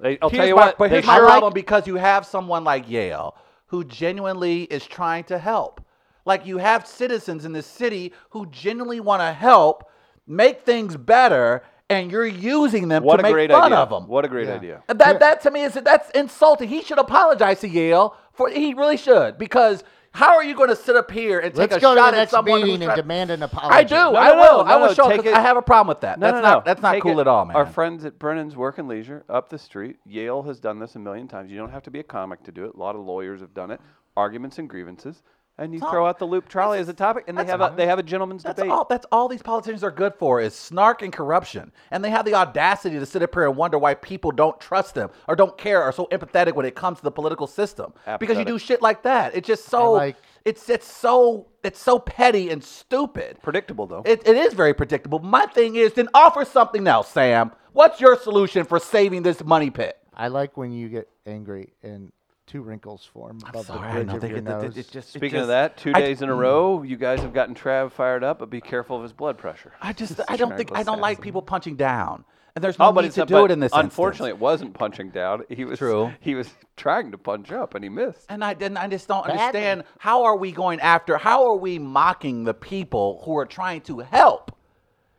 Speaker 2: They- I'll
Speaker 1: here's
Speaker 2: tell you
Speaker 1: my,
Speaker 2: what.
Speaker 1: But
Speaker 2: they
Speaker 1: here's my
Speaker 2: sure-
Speaker 1: problem because you have someone like Yale who genuinely is trying to help. Like you have citizens in the city who genuinely want to help make things better, and you're using them
Speaker 2: What
Speaker 1: to
Speaker 2: a
Speaker 1: make
Speaker 2: great
Speaker 1: fun
Speaker 2: idea.
Speaker 1: of them.
Speaker 2: What a great
Speaker 3: Yeah.
Speaker 2: idea.
Speaker 1: And That
Speaker 3: Yeah.
Speaker 1: that to me is that's insulting. He should apologize to Yale for he really should because how are you going to sit up here and take
Speaker 3: Let's
Speaker 1: a
Speaker 3: go to
Speaker 1: shot
Speaker 3: the
Speaker 1: at
Speaker 3: next
Speaker 1: someone who's
Speaker 3: meeting and
Speaker 1: trying-
Speaker 3: demand an apology.
Speaker 1: I do.
Speaker 2: no,
Speaker 1: I
Speaker 2: no,
Speaker 1: will.
Speaker 2: no,
Speaker 1: I will
Speaker 2: no,
Speaker 1: show
Speaker 2: take
Speaker 1: because
Speaker 2: it-
Speaker 1: I have a problem with that.
Speaker 2: No,
Speaker 1: that's
Speaker 2: no, no.
Speaker 1: not that's not
Speaker 2: Take
Speaker 1: cool
Speaker 2: it-
Speaker 1: at all, man.
Speaker 2: Our friends at Brennan's Work and Leisure up the street, Yale has done this a million times. You don't have to be a comic to do it. A lot of lawyers have done it. Arguments and grievances, and you
Speaker 1: That's
Speaker 2: throw
Speaker 1: all-
Speaker 2: out the loop trolley as a topic, and they
Speaker 1: that's
Speaker 2: have
Speaker 1: all.
Speaker 2: a they have a gentleman's
Speaker 1: That's
Speaker 2: debate.
Speaker 1: all. That's all these politicians are good for is snark and corruption, and they have the audacity to sit up here and wonder why people don't trust them or don't care or so empathetic when it comes to the political system. Because you
Speaker 2: Apathetic.
Speaker 1: do shit like that. It's just so.
Speaker 3: And, like-
Speaker 1: it's it's so it's so petty and stupid.
Speaker 2: Predictable though.
Speaker 1: It, it is very predictable. My thing is, then offer something else, Sam. What's your solution for saving this money pit?
Speaker 3: I like when you get angry and two wrinkles form above
Speaker 1: Sorry,
Speaker 3: the bridge
Speaker 1: I
Speaker 3: of
Speaker 1: don't think
Speaker 3: your
Speaker 1: it, it-
Speaker 3: nose.
Speaker 1: it, just. it
Speaker 2: Speaking
Speaker 1: just-
Speaker 2: of that, two
Speaker 1: I-
Speaker 2: days in a row, you guys have gotten Trav fired up, but be careful of his blood pressure.
Speaker 1: I just I don't think I don't like people punching down, and there's no
Speaker 2: Oh, but
Speaker 1: need
Speaker 2: it's
Speaker 1: to
Speaker 2: not-
Speaker 1: do
Speaker 2: but
Speaker 1: it in this.
Speaker 2: Unfortunately,
Speaker 1: instance.
Speaker 2: it wasn't punching down. He was
Speaker 1: True.
Speaker 2: He was trying to punch up, and he missed.
Speaker 1: and I didn't. I just don't
Speaker 3: Bad.
Speaker 1: understand how are we going after? How are we mocking the people who are trying to help?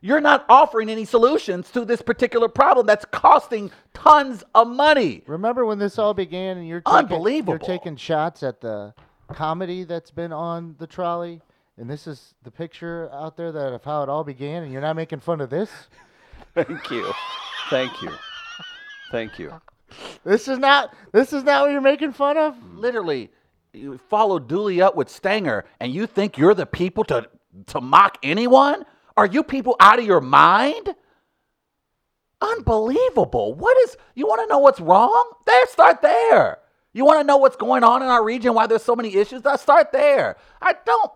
Speaker 1: You're not offering any solutions to this particular problem that's costing tons of money.
Speaker 3: Remember when this all began and you're taking,
Speaker 1: Unbelievable.
Speaker 3: You're taking shots at the comedy that's been on the trolley, and this is the picture out there that of how it all began, and you're not making fun of this.
Speaker 2: Thank you, thank you, thank you.
Speaker 3: This is not. This is not what you're making fun of.
Speaker 1: literally you follow Dooley up with Stanger, and you think you're the people to to mock anyone? Are you people out of your mind? Unbelievable. What is you want to know what's wrong? There, start there. You want to know what's going on in our region, why there's so many issues? Let's start there. I don't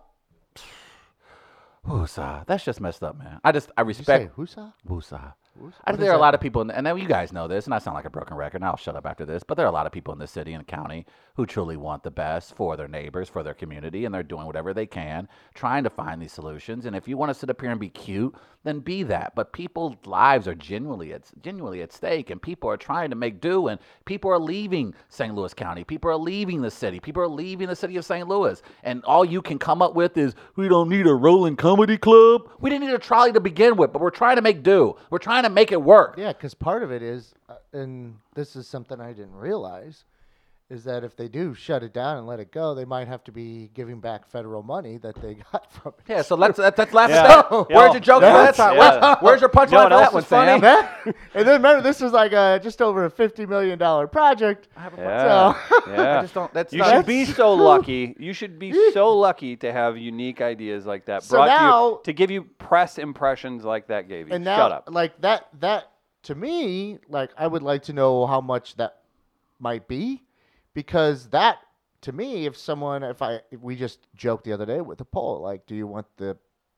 Speaker 1: Woosah. That's just messed up, man. I just I
Speaker 3: You
Speaker 1: respect
Speaker 3: say Husa?
Speaker 1: Woosah. I
Speaker 3: What
Speaker 1: think there
Speaker 3: is
Speaker 1: are a
Speaker 3: that?
Speaker 1: lot of people, in the, and then you guys know this, and I sound like a broken record, and I'll shut up after this, but there are a lot of people in the city and county who truly want the best for their neighbors, for their community, and they're doing whatever they can, trying to find these solutions. And if you want to sit up here and be cute, then be that. But people's lives are genuinely at, genuinely at stake, and people are trying to make do, and people are leaving St. Louis County. People are leaving the city. People are leaving the city of St. Louis. And all you can come up with is we don't need a rolling comedy club. We didn't need a trolley to begin with, but we're trying to make do. We're trying to make it work.
Speaker 3: Yeah, because part of it is, uh, and this is something I didn't realize, is that if they do shut it down and let it go, they might have to be giving back federal money that they got from it.
Speaker 1: Yeah, so let's let's, let's laugh
Speaker 2: Yeah.
Speaker 1: at that.
Speaker 2: Yeah.
Speaker 1: Where's your joke for that
Speaker 2: That's-
Speaker 1: time?
Speaker 2: yeah.
Speaker 1: Where's, where's your punchline
Speaker 2: You know
Speaker 1: for that
Speaker 2: what else
Speaker 1: one,
Speaker 2: is funny?
Speaker 1: Sam?
Speaker 3: and then remember, this was like a just over a fifty million dollar project.
Speaker 2: Yeah,
Speaker 3: So-
Speaker 2: yeah.
Speaker 1: I just don't. That's
Speaker 2: You
Speaker 1: not,
Speaker 2: should be so lucky. You should be so lucky to have unique ideas like that
Speaker 3: So
Speaker 2: brought to
Speaker 3: now-
Speaker 2: you to give you press impressions like that gave you.
Speaker 3: And now,
Speaker 2: Shut up.
Speaker 3: like that, that to me, like I would like to know how much that might be, because that to me, if someone, if I, if we just joked the other day with the poll, like, do you want the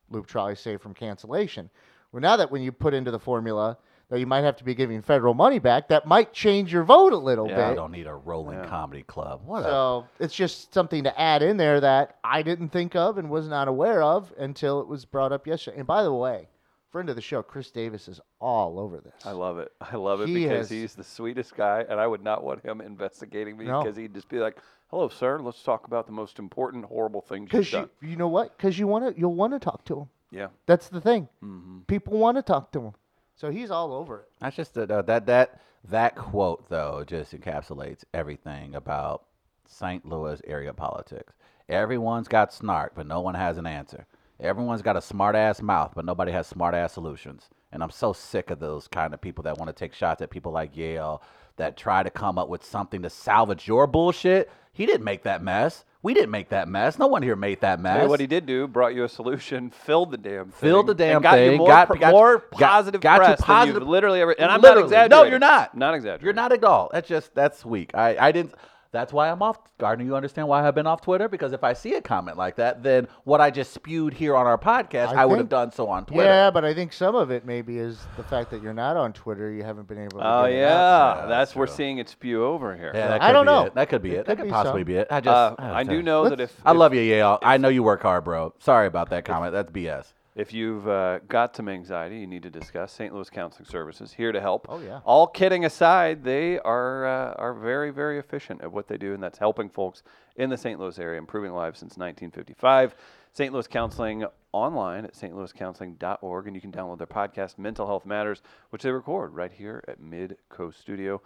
Speaker 3: loop trolley saved from cancellation? Well, now that when you put into the formula that you might have to be giving federal money back, that might change your vote a little
Speaker 2: Yeah,
Speaker 1: I
Speaker 3: bit.
Speaker 1: don't need a rolling
Speaker 2: Yeah.
Speaker 1: comedy club. What a
Speaker 3: So it's just something to add in there that I didn't think of and was not aware of until it was brought up yesterday. And by the way, friend of the show, Chris Davis is all over this.
Speaker 2: I love it. I love it
Speaker 3: He
Speaker 2: because
Speaker 3: has-
Speaker 2: he's the sweetest guy, and I would not want him investigating me
Speaker 3: No.
Speaker 2: because he'd just be like, "Hello, sir. Let's talk about the most important, horrible things you've
Speaker 3: Because
Speaker 2: done."
Speaker 3: you, you know what? Because you want to, you'll want to talk to him.
Speaker 2: Yeah.
Speaker 3: That's the thing.
Speaker 2: Mm-hmm.
Speaker 3: People want to talk to him, so he's all over it.
Speaker 1: That's just the, uh, that that that quote though just encapsulates everything about St. Louis area politics. Everyone's got snark, but no one has an answer. Everyone's got a smart ass mouth, but nobody has smart ass solutions. And I'm so sick of those kind of people that want to take shots at people like Yale that try to come up with something to salvage your bullshit. He didn't make that mess. We didn't make that mess. No one here made that mess.
Speaker 2: Hey, what he did do brought you a solution, filled the damn thing,
Speaker 1: Filled the damn
Speaker 2: and got
Speaker 1: thing,
Speaker 2: You more,
Speaker 1: got-
Speaker 2: pr-
Speaker 1: got-
Speaker 2: more
Speaker 1: got-
Speaker 2: positive
Speaker 1: got you
Speaker 2: press than you've
Speaker 1: positive-
Speaker 2: literally ever. And I'm
Speaker 1: Literally.
Speaker 2: not
Speaker 1: No,
Speaker 2: exaggerating.
Speaker 1: you're not.
Speaker 2: Not exaggerating.
Speaker 1: You're not at all. That's just that's weak. I I didn't. That's why I'm off. Gardner, you understand why I've been off Twitter because if I see a comment like that, then what I just spewed here on our podcast, I,
Speaker 3: I
Speaker 1: would have
Speaker 3: think-
Speaker 1: done so on Twitter.
Speaker 3: Yeah, but I think some of it maybe is the fact that you're not on Twitter. You haven't been able. to
Speaker 2: Oh
Speaker 3: get it
Speaker 2: yeah,
Speaker 3: out.
Speaker 1: Yeah,
Speaker 2: that's,
Speaker 1: that's
Speaker 2: we're
Speaker 1: true.
Speaker 2: seeing it spew over here.
Speaker 1: Yeah, that
Speaker 3: I
Speaker 1: could
Speaker 3: don't
Speaker 1: be
Speaker 3: know.
Speaker 1: it. That could be it.
Speaker 3: It
Speaker 1: that
Speaker 3: could
Speaker 1: could
Speaker 3: be
Speaker 1: possibly
Speaker 3: some.
Speaker 1: be it. I just
Speaker 2: Uh,
Speaker 1: don't
Speaker 2: I do
Speaker 1: know.
Speaker 2: know that if
Speaker 1: I
Speaker 2: if-
Speaker 1: love you, Yale. I know you work hard, bro. Sorry about that comment. That's BS.
Speaker 2: If you've uh, got some anxiety you need to discuss, St. Louis Counseling Services here to help.
Speaker 3: Oh, yeah.
Speaker 2: All kidding aside, they are uh, are very very efficient at what they do, and that's helping folks in the St. Louis area, improving lives since 1955. St. Louis Counseling online at stlouiscounseling.org, and you can download their podcast, Mental Health Matters, which they record right here at Mid Coast Studio,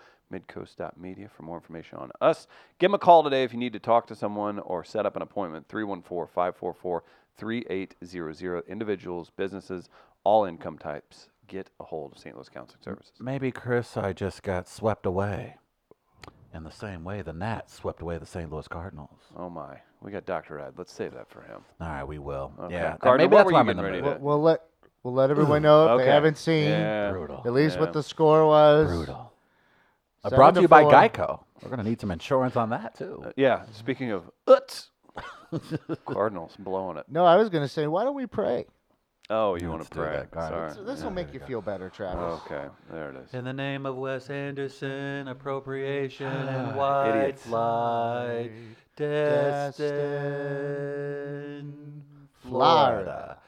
Speaker 2: midcoast.media for more information on us. Give them a call today if you need to talk to someone or set up an appointment, 314 544 3800. Individuals, businesses, all income types, get a hold of St. Louis Counseling Services.
Speaker 1: Maybe, Chris, I just got swept away in the same way the Nats swept away the St. Louis Cardinals.
Speaker 2: Oh my, we got Dr. Ed. Let's save that for him.
Speaker 1: All right, we will.
Speaker 2: Okay.
Speaker 1: Yeah, that-
Speaker 2: Cardinal,
Speaker 1: maybe
Speaker 2: what
Speaker 1: that's
Speaker 2: were
Speaker 1: why
Speaker 2: you
Speaker 1: I'm in
Speaker 2: getting
Speaker 1: the
Speaker 2: ready
Speaker 1: mood.
Speaker 2: to-
Speaker 3: We'll, we'll let we'll let everyone know if
Speaker 2: Okay.
Speaker 3: they haven't seen
Speaker 2: Yeah.
Speaker 1: Brutal.
Speaker 3: at least
Speaker 2: Yeah.
Speaker 3: what the score was.
Speaker 1: Brutal. Uh,
Speaker 3: Seven
Speaker 1: brought
Speaker 3: to
Speaker 1: to you by
Speaker 3: four.
Speaker 1: Geico. We're gonna need some insurance on that too.
Speaker 2: Uh, yeah. Speaking of uts, Cardinals blowing it.
Speaker 3: No, I was gonna say, why don't we pray?
Speaker 2: Oh, you want to
Speaker 1: Let's do
Speaker 2: pray?
Speaker 1: that, guys.
Speaker 2: Sorry.
Speaker 1: Let's-
Speaker 3: So this will
Speaker 1: Yeah,
Speaker 3: make
Speaker 1: there
Speaker 3: you
Speaker 1: we go.
Speaker 3: feel better, Travis.
Speaker 2: Okay, there it is.
Speaker 4: In the name of Wes Anderson, appropriation and
Speaker 2: Ah,
Speaker 4: white
Speaker 2: idiots.
Speaker 4: light,
Speaker 3: Destin,
Speaker 4: destined
Speaker 3: Florida.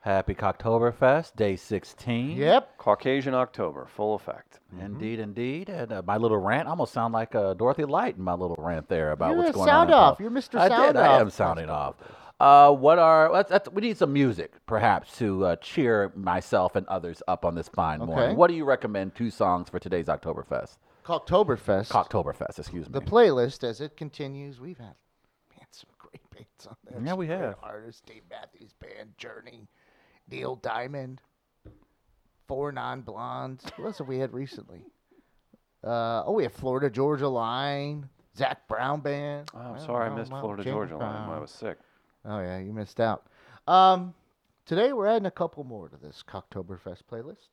Speaker 1: Happy Cocktoberfest, day 16.
Speaker 3: Yep.
Speaker 2: Caucasian October, full effect.
Speaker 3: Mm-hmm.
Speaker 1: Indeed, indeed. And uh, my little rant almost sound like uh, Dorothy Light in my little rant there about
Speaker 3: You're
Speaker 1: what's
Speaker 3: a
Speaker 1: going
Speaker 3: sound
Speaker 1: on. in
Speaker 3: off.
Speaker 1: Col-
Speaker 3: You're Mr.
Speaker 1: I
Speaker 3: Sound
Speaker 1: did. I am
Speaker 3: Off.
Speaker 1: sounding off. Uh, what are let's, let's, we need some music perhaps to uh, cheer myself and others up on this fine
Speaker 3: Okay.
Speaker 1: morning? What do you recommend? Two songs for today's Oktoberfest,
Speaker 3: Cocktoberfest.
Speaker 1: Cocktoberfest. Excuse me.
Speaker 3: the playlist as it continues. We've had man, some great bands on there.
Speaker 1: Yeah,
Speaker 3: some
Speaker 1: we
Speaker 3: great
Speaker 1: have.
Speaker 3: Artists: Dave Matthews Band, Journey, Neil Diamond, Four Non Blondes. What else have we had recently? Uh, oh, we have Florida Georgia Line, Zach Brown Band.
Speaker 2: Oh, I'm
Speaker 3: Well,
Speaker 2: sorry, I
Speaker 3: well,
Speaker 2: missed
Speaker 3: well,
Speaker 2: Florida
Speaker 3: James
Speaker 2: Georgia line when I
Speaker 3: Brown.
Speaker 2: was sick.
Speaker 3: Oh yeah, you missed out. Um, today we're adding a couple more to this Cocktoberfest playlist.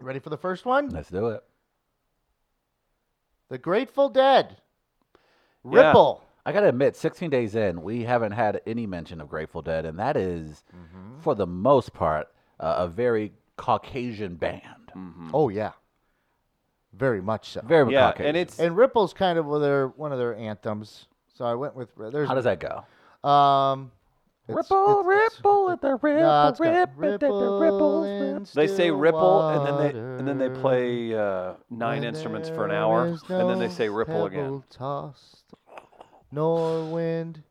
Speaker 3: Ready for the first one?
Speaker 1: Let's do it.
Speaker 3: The Grateful Dead.
Speaker 2: Yeah.
Speaker 3: Ripple.
Speaker 1: I gotta admit, 16 days in, we haven't had any mention of Grateful Dead, and that is,
Speaker 3: Mm-hmm.
Speaker 1: for the most part, uh, a very Caucasian band.
Speaker 2: Hmm.
Speaker 3: Oh yeah. Very much so.
Speaker 1: Very
Speaker 2: Yeah,
Speaker 1: Caucasian.
Speaker 2: and it's
Speaker 3: And Ripple's kind of their one of their anthems. So I went with there's
Speaker 1: how does that go?
Speaker 3: um it's-
Speaker 1: Ripple,
Speaker 3: it's- it's-
Speaker 1: ripple, at the ripple,
Speaker 3: no, it's got
Speaker 1: ripple, at the ripple.
Speaker 3: in
Speaker 2: they say
Speaker 3: still
Speaker 2: ripple, and then they and then they
Speaker 3: water,
Speaker 2: play uh, nine
Speaker 3: when
Speaker 2: instruments for an
Speaker 3: there
Speaker 2: hour,
Speaker 3: is
Speaker 2: and then they
Speaker 3: no
Speaker 2: say ripple again.
Speaker 3: pebble tossed, nor wind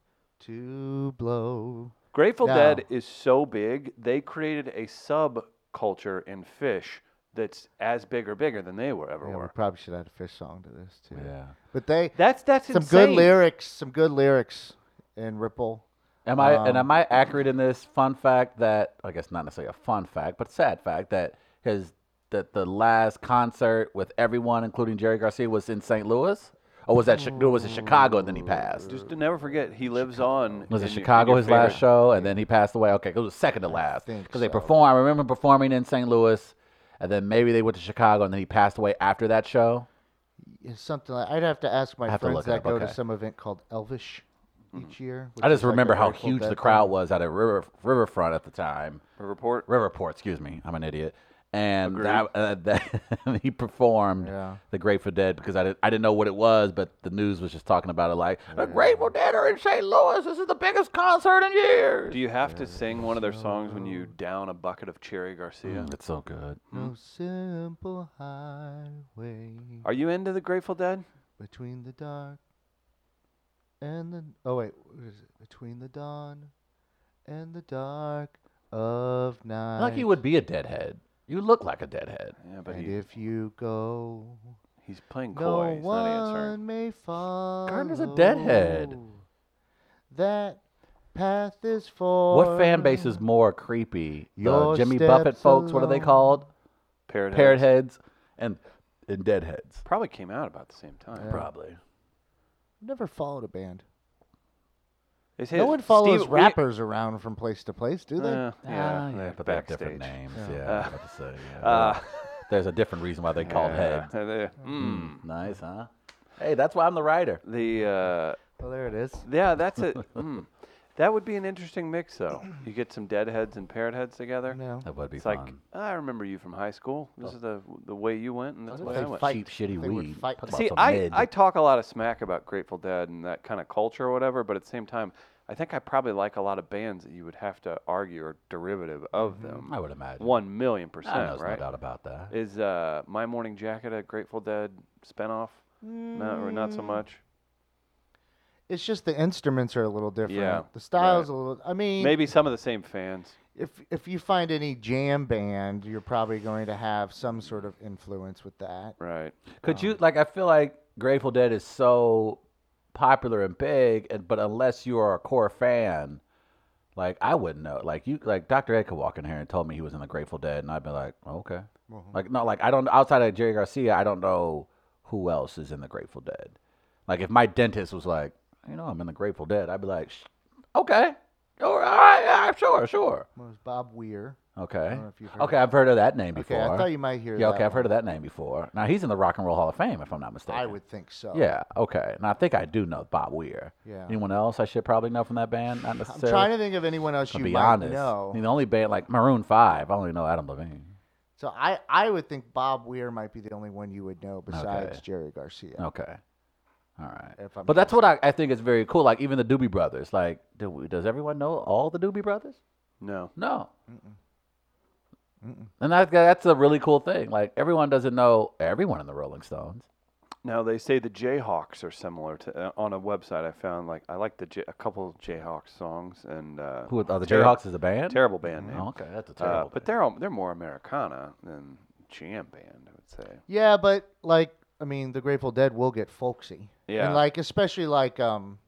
Speaker 3: to blow.
Speaker 2: Grateful
Speaker 3: Now-
Speaker 2: Dead is so big, they created a subculture in fish that's as big or bigger than they were ever
Speaker 3: Yeah, we
Speaker 2: were.
Speaker 3: probably should add a fish song to this too.
Speaker 1: Yeah.
Speaker 3: But they
Speaker 2: That's that's
Speaker 3: some
Speaker 2: insane.
Speaker 3: good lyrics, some good lyrics in Ripple.
Speaker 1: Am I and
Speaker 3: Um,
Speaker 1: am I accurate in this fun fact that I guess not necessarily a fun fact, but sad fact that his that the last concert with everyone, including Jerry Garcia, was in St. Louis, or was that Chi- no, it was in Chicago and then he passed.
Speaker 2: Just to never forget, he lives on.
Speaker 1: was
Speaker 2: in
Speaker 1: it
Speaker 2: your- in
Speaker 1: Chicago
Speaker 2: your
Speaker 1: his last
Speaker 2: favorite-
Speaker 1: show, and then he passed away? Okay, 'cause it was second to last
Speaker 3: think
Speaker 1: they
Speaker 3: so.
Speaker 1: performed. I remember performing in St. Louis, and then maybe they went to Chicago, and then he passed away after that show.
Speaker 3: It's something like I'd have to ask my
Speaker 1: I have to
Speaker 3: friends
Speaker 1: look it
Speaker 3: that
Speaker 1: up,
Speaker 3: go
Speaker 1: okay. Mm.
Speaker 3: to some event called Elvish each
Speaker 1: I
Speaker 3: year. which
Speaker 1: just
Speaker 3: is like a
Speaker 1: remember how
Speaker 3: Grateful
Speaker 1: huge the
Speaker 3: Dead
Speaker 1: crowd
Speaker 3: thing.
Speaker 1: was at a river riverfront at the time.
Speaker 2: Report.
Speaker 1: Riverport, excuse me. I'm an idiot. And that, uh, that he performed
Speaker 3: Yeah.
Speaker 1: the Grateful Dead because I didn't I didn't know what it was, but the news was just talking about it like the Grateful Dead are in St. Louis. This is the biggest concert in years.
Speaker 2: Do you have to sing one of their songs when you down a bucket of Cherry Garcia?
Speaker 1: Mm, it's so good.
Speaker 3: No simple highway
Speaker 2: Are you into the Grateful Dead?
Speaker 3: between the dark and the oh wait, what is it? Between the dawn and the dark of night.
Speaker 1: Like you would be a deadhead. You look like a deadhead.
Speaker 2: Yeah, but
Speaker 3: And
Speaker 2: he,
Speaker 3: if you go,
Speaker 2: he's playing coy.
Speaker 3: no
Speaker 2: he's
Speaker 3: one
Speaker 2: not answering.
Speaker 3: may follow.
Speaker 1: Gardner's a deadhead.
Speaker 3: That path is for
Speaker 1: What fan base is more creepy? The
Speaker 3: Your
Speaker 1: Jimmy Buffett
Speaker 3: steps
Speaker 1: folks, what are they called?
Speaker 2: Parrot
Speaker 1: Parrot
Speaker 2: Heads.
Speaker 1: heads and and deadheads.
Speaker 2: Probably came out about the same time.
Speaker 3: Yeah.
Speaker 1: Probably.
Speaker 3: I've never followed a band.
Speaker 2: They say
Speaker 3: No
Speaker 2: that
Speaker 3: one follows
Speaker 2: Steve- we-
Speaker 3: rappers around from place to place, do they?
Speaker 2: Uh, yeah,
Speaker 1: Ah,
Speaker 2: yeah,
Speaker 1: but they have
Speaker 2: backstage.
Speaker 1: different names.
Speaker 3: Yeah.
Speaker 1: Yeah, I was about to say. Yeah.
Speaker 2: Uh,
Speaker 1: There's a different reason why they called
Speaker 2: yeah,
Speaker 1: heads.
Speaker 2: they- mm.
Speaker 1: Mm, nice, huh? Hey, that's why I'm the writer.
Speaker 2: The uh,
Speaker 3: Well, there it is.
Speaker 2: yeah, that's a mm. that would be an interesting mix though. You get some deadheads and parrot heads together.
Speaker 3: No.
Speaker 1: That would be
Speaker 2: It's
Speaker 1: fun.
Speaker 2: like I remember you from high school. This is the the way you went, and that's the
Speaker 3: What
Speaker 2: way I
Speaker 3: if they
Speaker 2: went.
Speaker 3: fight?
Speaker 1: Cheap, shitty
Speaker 3: They would
Speaker 1: weed.
Speaker 3: fight.
Speaker 1: Talk about
Speaker 2: See,
Speaker 1: some
Speaker 2: I,
Speaker 1: mid.
Speaker 2: I talk a lot of smack about Grateful Dead and that kind of culture or whatever, but at the same time, I think I probably like a lot of bands that you would have to argue are derivative of them.
Speaker 1: Mm-hmm. I would imagine.
Speaker 2: One million
Speaker 1: I
Speaker 2: percent,
Speaker 1: know there's
Speaker 2: right?
Speaker 1: no doubt about that.
Speaker 2: Is uh, My Morning Jacket a Grateful Dead spinoff? No, or not so
Speaker 1: Mm.
Speaker 2: much.
Speaker 3: It's just the instruments are a little different.
Speaker 2: Yeah,
Speaker 3: the styles a little. I mean,
Speaker 2: Maybe some of the same fans.
Speaker 3: if if you find any jam band, you're probably going to have some sort of influence with that.
Speaker 2: Right.
Speaker 1: Could you like? I feel like Grateful Dead is so popular and big, and but unless you are a core fan, like I wouldn't know. Like you, like Dr. Ed could walk in here and told me he was in the Grateful Dead, and I'd be like, "Oh, okay. Like no, like I don't. Outside of Jerry Garcia, I don't know who else is in the Grateful Dead. Like if my dentist was like, you know, I'm in the Grateful Dead, I'd be like, "Sh- okay, all right, all right, sure, sure,
Speaker 3: What was Bob Weir?
Speaker 1: okay,
Speaker 3: know if you've heard
Speaker 1: okay. I've heard of that name before.
Speaker 3: Okay, I thought you might hear.
Speaker 1: yeah,
Speaker 3: that
Speaker 1: okay, I've
Speaker 3: one.
Speaker 1: heard of that name before. Now he's in the Rock and Roll Hall of Fame, if I'm not mistaken.
Speaker 3: I would think so.
Speaker 1: Yeah, okay. And I think I do know Bob Weir.
Speaker 3: Yeah.
Speaker 1: Anyone else I should probably know from that band? Not
Speaker 3: I'm
Speaker 1: necessarily.
Speaker 3: trying to think of anyone else
Speaker 1: to
Speaker 3: you
Speaker 1: be
Speaker 3: might
Speaker 1: honest.
Speaker 3: know.
Speaker 1: The only band like Maroon Five. I only know Adam Levine.
Speaker 3: So I, I would think Bob Weir might be the only one you would know besides
Speaker 1: Okay.
Speaker 3: Jerry Garcia.
Speaker 1: Okay. All right.
Speaker 3: If I'm
Speaker 1: but that's what I, I think is very cool. Like even the Doobie Brothers. Like, do we, does everyone know all the Doobie Brothers?
Speaker 2: No.
Speaker 1: No. And that, that's a really cool thing. Like everyone doesn't know everyone in the Rolling Stones.
Speaker 2: Now they say the Jayhawks are similar to. Uh, on a website I found, like I like the J- a couple of Jayhawks songs and. Uh,
Speaker 1: Who are the
Speaker 2: Terri-
Speaker 1: Jayhawks is a band?
Speaker 2: Terrible band name.
Speaker 1: Oh, okay, that's a
Speaker 2: Uh,
Speaker 1: terrible.
Speaker 2: but
Speaker 1: band.
Speaker 2: they're all, they're more Americana than jam band, I would say.
Speaker 3: Yeah, but like I mean, the Grateful Dead will get folksy.
Speaker 2: Yeah.
Speaker 3: And like especially like um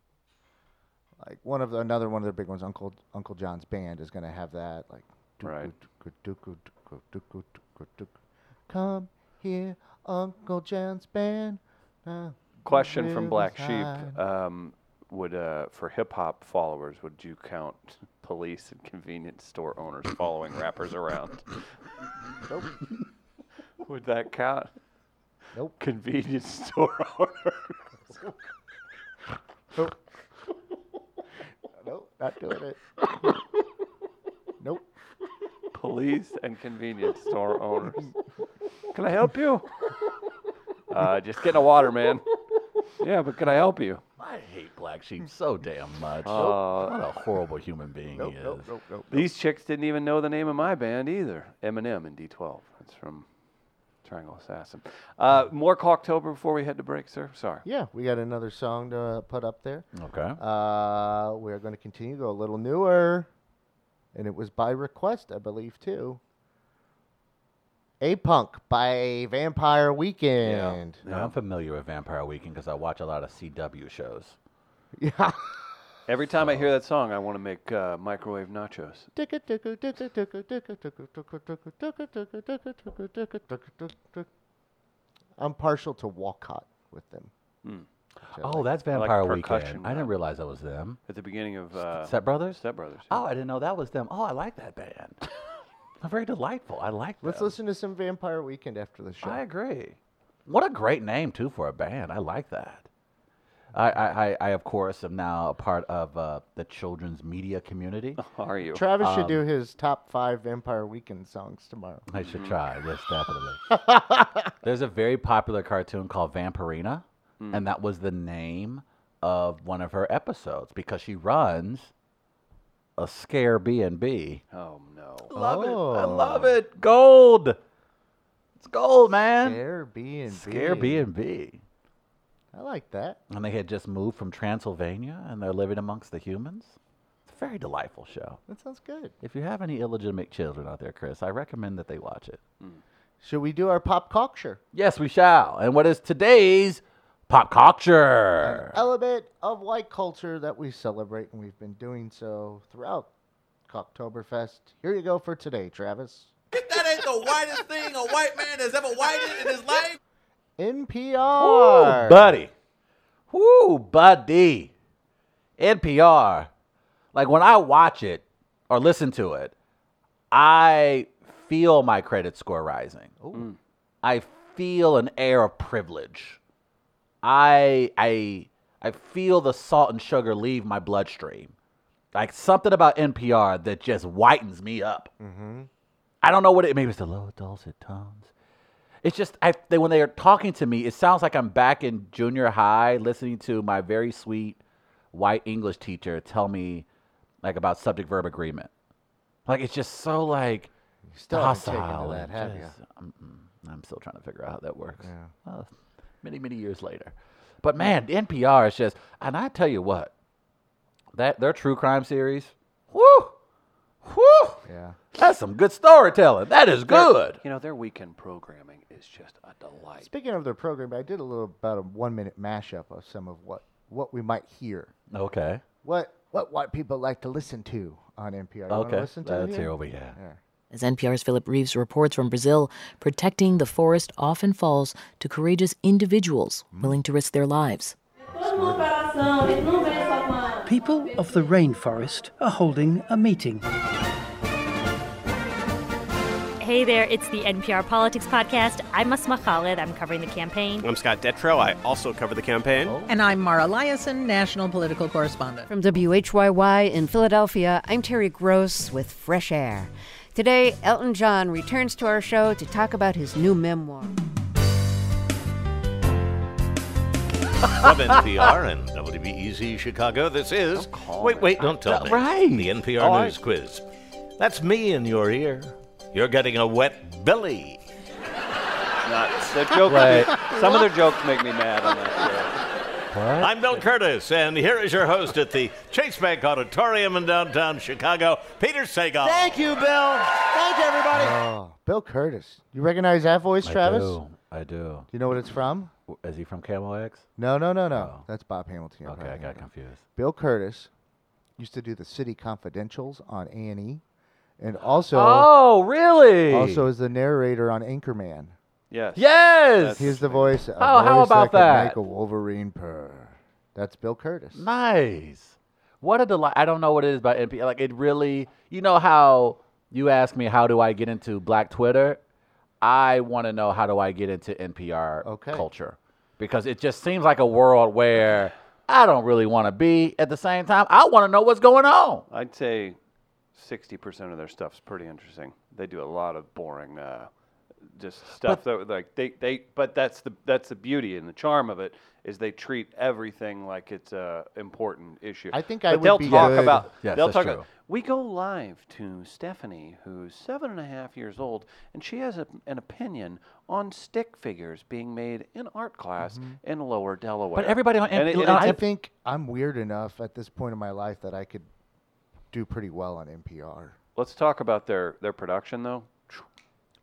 Speaker 3: like one of the, another one of their big ones, Uncle Uncle John's band is gonna have that like
Speaker 2: Right.
Speaker 3: Come here, Uncle John's band. Uh,
Speaker 2: Question
Speaker 3: live
Speaker 2: from Black
Speaker 3: inside.
Speaker 2: Sheep: um, Would uh, for hip hop followers, would you count police and convenience store owners following rappers around?
Speaker 3: Nope.
Speaker 2: would that count?
Speaker 3: Nope.
Speaker 2: Convenience store owners.
Speaker 3: Nope. nope. Not doing it. nope.
Speaker 2: police and convenience store owners. Can I help you? Uh, just getting a water, man. Yeah, but can I help you?
Speaker 1: I hate Black Sheep so damn much.
Speaker 2: Uh,
Speaker 1: what a horrible human being
Speaker 3: Nope.
Speaker 1: he is.
Speaker 3: Nope. Nope. Nope.
Speaker 2: These chicks didn't even know the name of my band either. Eminem and D12. That's from Triangle Assassin. Uh, more Clocktober before we head to break, sir. Sorry.
Speaker 3: Yeah, we got another song to uh, put up there.
Speaker 1: Okay.
Speaker 3: Uh, we're going to continue to go a little newer. And it was by request, I believe, too. A Punk by Vampire Weekend.
Speaker 1: Now, I'm familiar with Vampire Weekend because I watch a lot of CW shows.
Speaker 3: Yeah.
Speaker 2: Every time I hear that song, I want to make uh, microwave nachos.
Speaker 3: I'm partial to Walcott with them.
Speaker 2: Hmm.
Speaker 3: which I
Speaker 1: Oh,
Speaker 3: like.
Speaker 1: that's
Speaker 2: I like
Speaker 1: Vampire
Speaker 2: percussion
Speaker 1: Weekend. I didn't
Speaker 2: rock.
Speaker 1: realize that was them.
Speaker 2: At the beginning of uh,
Speaker 1: Step Brothers.
Speaker 2: Step Brothers. yeah.
Speaker 1: Oh, I didn't know that was them. Oh, I like that band. They're very delightful. I like.
Speaker 3: Let's
Speaker 1: them.
Speaker 3: listen to some Vampire Weekend after the show.
Speaker 1: I agree. What a great name too for a band. I like that. I, I, I, I of course am now a part of uh, the children's media community.
Speaker 2: Are you?
Speaker 3: Travis should do Um, his top five Vampire Weekend songs tomorrow.
Speaker 1: I should try. Yes, definitely. There's a very popular cartoon called Vampirina, and that was the name of one of her episodes because she runs a scare B and B.
Speaker 2: Oh, no.
Speaker 1: Love it. I
Speaker 3: Oh.
Speaker 1: love it. Gold. It's gold, man.
Speaker 3: Scare B and
Speaker 1: Scare B and B.
Speaker 3: I like that.
Speaker 1: And they had just moved from Transylvania, and they're living amongst the humans. It's a very delightful show.
Speaker 3: That sounds good.
Speaker 1: If you have any illegitimate children out there, Chris, I recommend that they watch it.
Speaker 3: Should we do our pop culture?
Speaker 1: Yes, we shall. And what is today's pop culture?
Speaker 3: Element of white culture that we celebrate, and we've been doing so throughout Cocktoberfest. Here you go for today, Travis.
Speaker 5: That ain't the whitest thing a white man has ever whited in his life.
Speaker 3: NPR.
Speaker 1: Ooh, buddy. Woo, buddy. NPR. Like when I watch it or listen to it, I feel my credit score rising. I feel an air of privilege. I I I feel the salt and sugar leave my bloodstream. Like something about NPR that just whitens me up.
Speaker 3: Mm-hmm.
Speaker 1: I don't know what it maybe it's the low dulcet tones. It's just I they, when they are talking to me, it sounds like I'm back in junior high listening to my very sweet white English teacher tell me like about subject verb agreement. Like it's just so like
Speaker 3: still haven't taken to
Speaker 1: docile
Speaker 3: that,
Speaker 1: and
Speaker 3: have ya?
Speaker 1: just- mm-mm. I'm still trying to figure out how that works.
Speaker 3: Yeah.
Speaker 1: Well, many many years later, but man, NPR is just and I tell you what, that their true crime series, whoo, whoo,
Speaker 3: Yeah.
Speaker 1: that's some good storytelling. That is
Speaker 2: Their-
Speaker 1: good.
Speaker 2: You know, their weekend programming is just a delight.
Speaker 3: Speaking of their program, I did a little about a one minute mashup of some of what what we might hear,
Speaker 1: Okay,
Speaker 3: what what white people like to listen to on NPR. You wanna
Speaker 1: okay,
Speaker 3: listen to it
Speaker 1: let's
Speaker 3: here?
Speaker 1: hear what we have.
Speaker 3: Yeah.
Speaker 6: As NPR's Philip Reeves reports from Brazil, protecting the forest often falls to courageous individuals willing to risk their lives.
Speaker 7: People of the rainforest are holding a meeting.
Speaker 8: Hey there, it's the NPR Politics Podcast. I'm Asma Khalid. I'm covering the campaign.
Speaker 9: I'm Scott Detrow. I also cover the campaign.
Speaker 10: And I'm Mara Liasson, national political correspondent.
Speaker 11: From WHYY in Philadelphia, I'm Terry Gross with Fresh Air. Today, Elton John returns to our show to talk about his new memoir.
Speaker 12: From NPR and WBEZ Chicago, this is. Wait, wait, don't tell me.
Speaker 1: Right.
Speaker 12: The NPR
Speaker 2: All right.
Speaker 12: News Quiz. That's me in your ear. You're getting a wet belly.
Speaker 2: Not, their jokes, some of their jokes make me mad on that
Speaker 12: I'm Bill Curtis, and here is your host at the Chase Bank Auditorium in downtown Chicago, Peter Sagal.
Speaker 2: show. you, Bill. Thank you, everybody.
Speaker 3: Oh, Bill Curtis. You recognize that voice, Travis?
Speaker 1: I
Speaker 3: Do
Speaker 1: do. I do.
Speaker 3: you know what it's from?
Speaker 1: W- Is he from Camel X?
Speaker 3: No, no, no, no.
Speaker 1: Oh.
Speaker 3: That's Bob Hamilton. you're
Speaker 1: Okay,
Speaker 3: probably
Speaker 1: I got
Speaker 3: thinking of.
Speaker 1: confused.
Speaker 3: Bill Curtis used to do the City Confidentials on A and E, and also
Speaker 1: oh, really?
Speaker 3: also is the narrator on Anchorman.
Speaker 2: Yes.
Speaker 1: yes.
Speaker 3: He's the voice. A
Speaker 1: Oh, how
Speaker 3: voice
Speaker 1: about
Speaker 3: that? could Make
Speaker 1: that?
Speaker 3: a Wolverine purr. That's Bill Curtis.
Speaker 1: Nice. What a delight. I don't know what it is about NPR. Like, it really, you know how you ask me, how do I get into black Twitter? I want to know, how do I get into NPR
Speaker 3: Okay.
Speaker 1: culture? Because it just seems like a world where I don't really want to be. At the same time, I want to know what's going on.
Speaker 2: I'd say 60% of their stuff's pretty interesting. They do a lot of boring, uh, just stuff that like they, they but that's the that's the beauty and the charm of it is they treat everything like it's a important issue.
Speaker 3: I think
Speaker 2: but
Speaker 3: I would
Speaker 2: they'll
Speaker 3: be
Speaker 2: talk
Speaker 3: good-
Speaker 2: about
Speaker 1: Yes,
Speaker 2: they'll
Speaker 1: that's
Speaker 2: talk
Speaker 1: true.
Speaker 2: about we go live to Stephanie, who's seven and a half years old, and she has a, an opinion on stick figures being made in art class
Speaker 3: Mm-hmm.
Speaker 2: in Lower Delaware.
Speaker 1: But everybody on
Speaker 2: And it-
Speaker 1: NPR
Speaker 2: and
Speaker 3: I
Speaker 2: it's-
Speaker 3: think I'm weird enough at this point in my life that I could do pretty well on NPR.
Speaker 2: Let's talk about their their production though.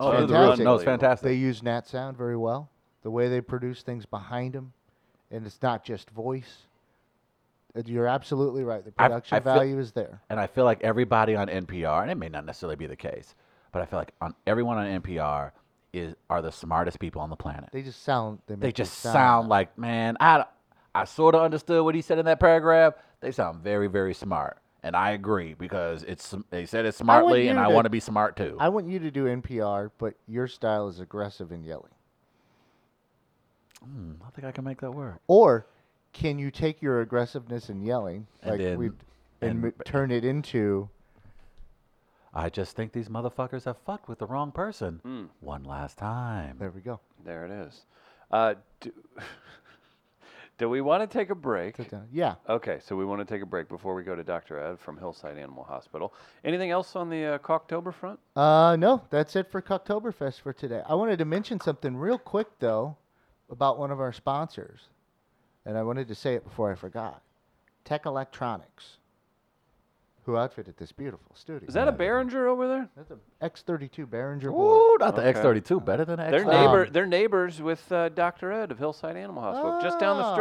Speaker 1: Oh,
Speaker 3: it's
Speaker 1: it's real- no, it's
Speaker 2: unbelievable.
Speaker 1: fantastic.
Speaker 3: They use Nat Sound very well. The way they produce things behind them, and it's not just voice. Uh, You're absolutely right. The
Speaker 1: I- I
Speaker 3: production
Speaker 1: feel-
Speaker 3: value is there.
Speaker 1: And I feel like everybody on NPR, and it may not necessarily be the case, but I feel like on everyone on NPR is are the smartest people on the planet.
Speaker 3: They just sound. They,
Speaker 1: they
Speaker 3: make you
Speaker 1: just sound like man i i sort of understood what he said in that paragraph they sound very very smart and i agree because it's they said it smartly and
Speaker 3: you
Speaker 1: i
Speaker 3: to-
Speaker 1: want to be smart too
Speaker 3: I want you to do NPR, but your style is aggressive and yelling.
Speaker 1: Hmm, I think i can make that work
Speaker 3: Or can you take your aggressiveness and yelling,
Speaker 1: And
Speaker 3: like
Speaker 1: then-
Speaker 3: we, and,
Speaker 1: and-
Speaker 3: m- turn it into
Speaker 1: i just think these motherfuckers have fucked with the wrong person one last time
Speaker 3: there we go.
Speaker 2: There it is. Uh, do, do we want to take a break?
Speaker 3: Sit down. Yeah.
Speaker 2: Okay, so we want to take a break before we go to Dr. Ed from Hillside Animal Hospital. Anything else on the uh, Cocktober front?
Speaker 3: Uh, no, that's it for Cocktoberfest for today. I wanted to mention something real quick though about one of our sponsors, and I wanted to say it before I forgot. Tech Electronics, who outfitted this beautiful studio.
Speaker 2: Is that a Behringer over there?
Speaker 3: That's an X32 Behringer board.
Speaker 1: Ooh, not the
Speaker 2: Okay.
Speaker 1: x32 better than the
Speaker 2: They're
Speaker 1: x32
Speaker 2: neighbor. They're neighbors with uh, Dr. Ed of Hillside Animal Hospital, just down the
Speaker 3: Oh.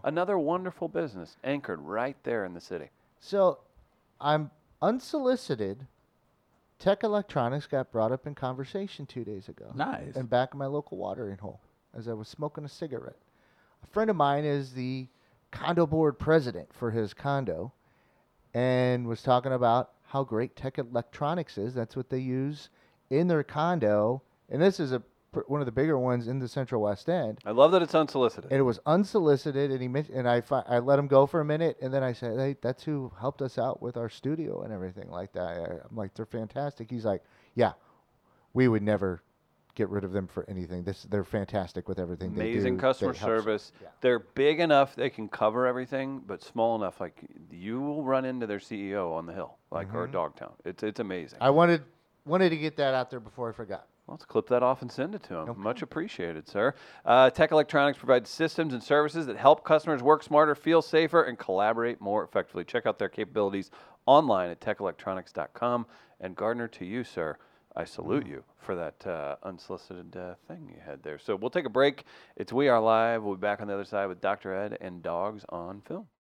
Speaker 2: street. Another wonderful business anchored right there in the city.
Speaker 3: So, I'm unsolicited. Tech Electronics got brought up in conversation two days ago.
Speaker 1: nice
Speaker 3: And back in my local watering hole as I was smoking a cigarette. A friend of mine is the condo board president for his condo and was talking about how great Tech Electronics is. That's what they use in their condo. And this is a pr- one of the bigger ones in the Central West End.
Speaker 2: I love that it's unsolicited.
Speaker 3: And it was unsolicited, and he men- and I fi- I let him go for a minute, and then I said, "Hey, that's who helped us out with our studio and everything like that." I, I'm like, "They're fantastic." He's like, "Yeah, we would never get rid of them for anything. This they're fantastic with everything. they do.
Speaker 2: Amazing customer
Speaker 3: They help-
Speaker 2: service. They're big enough they can cover everything, but small enough like you will run into their CEO on the hill, like or
Speaker 3: Mhm.
Speaker 2: Dogtown. It's it's amazing.
Speaker 3: I wanted wanted to get that out there before I forgot.
Speaker 2: Let's clip that off and send it to him. Much appreciated, sir. Uh, Tech Electronics provides systems and services that help customers work smarter, feel safer, and collaborate more effectively. Check out their capabilities online at techelectronics.com. And Gardner, to you, sir, I salute you for that uh, unsolicited uh, thing you had there. So we'll take a break. It's We Are Live. We'll be back on the other side with Dr. Ed and Dogs on Film.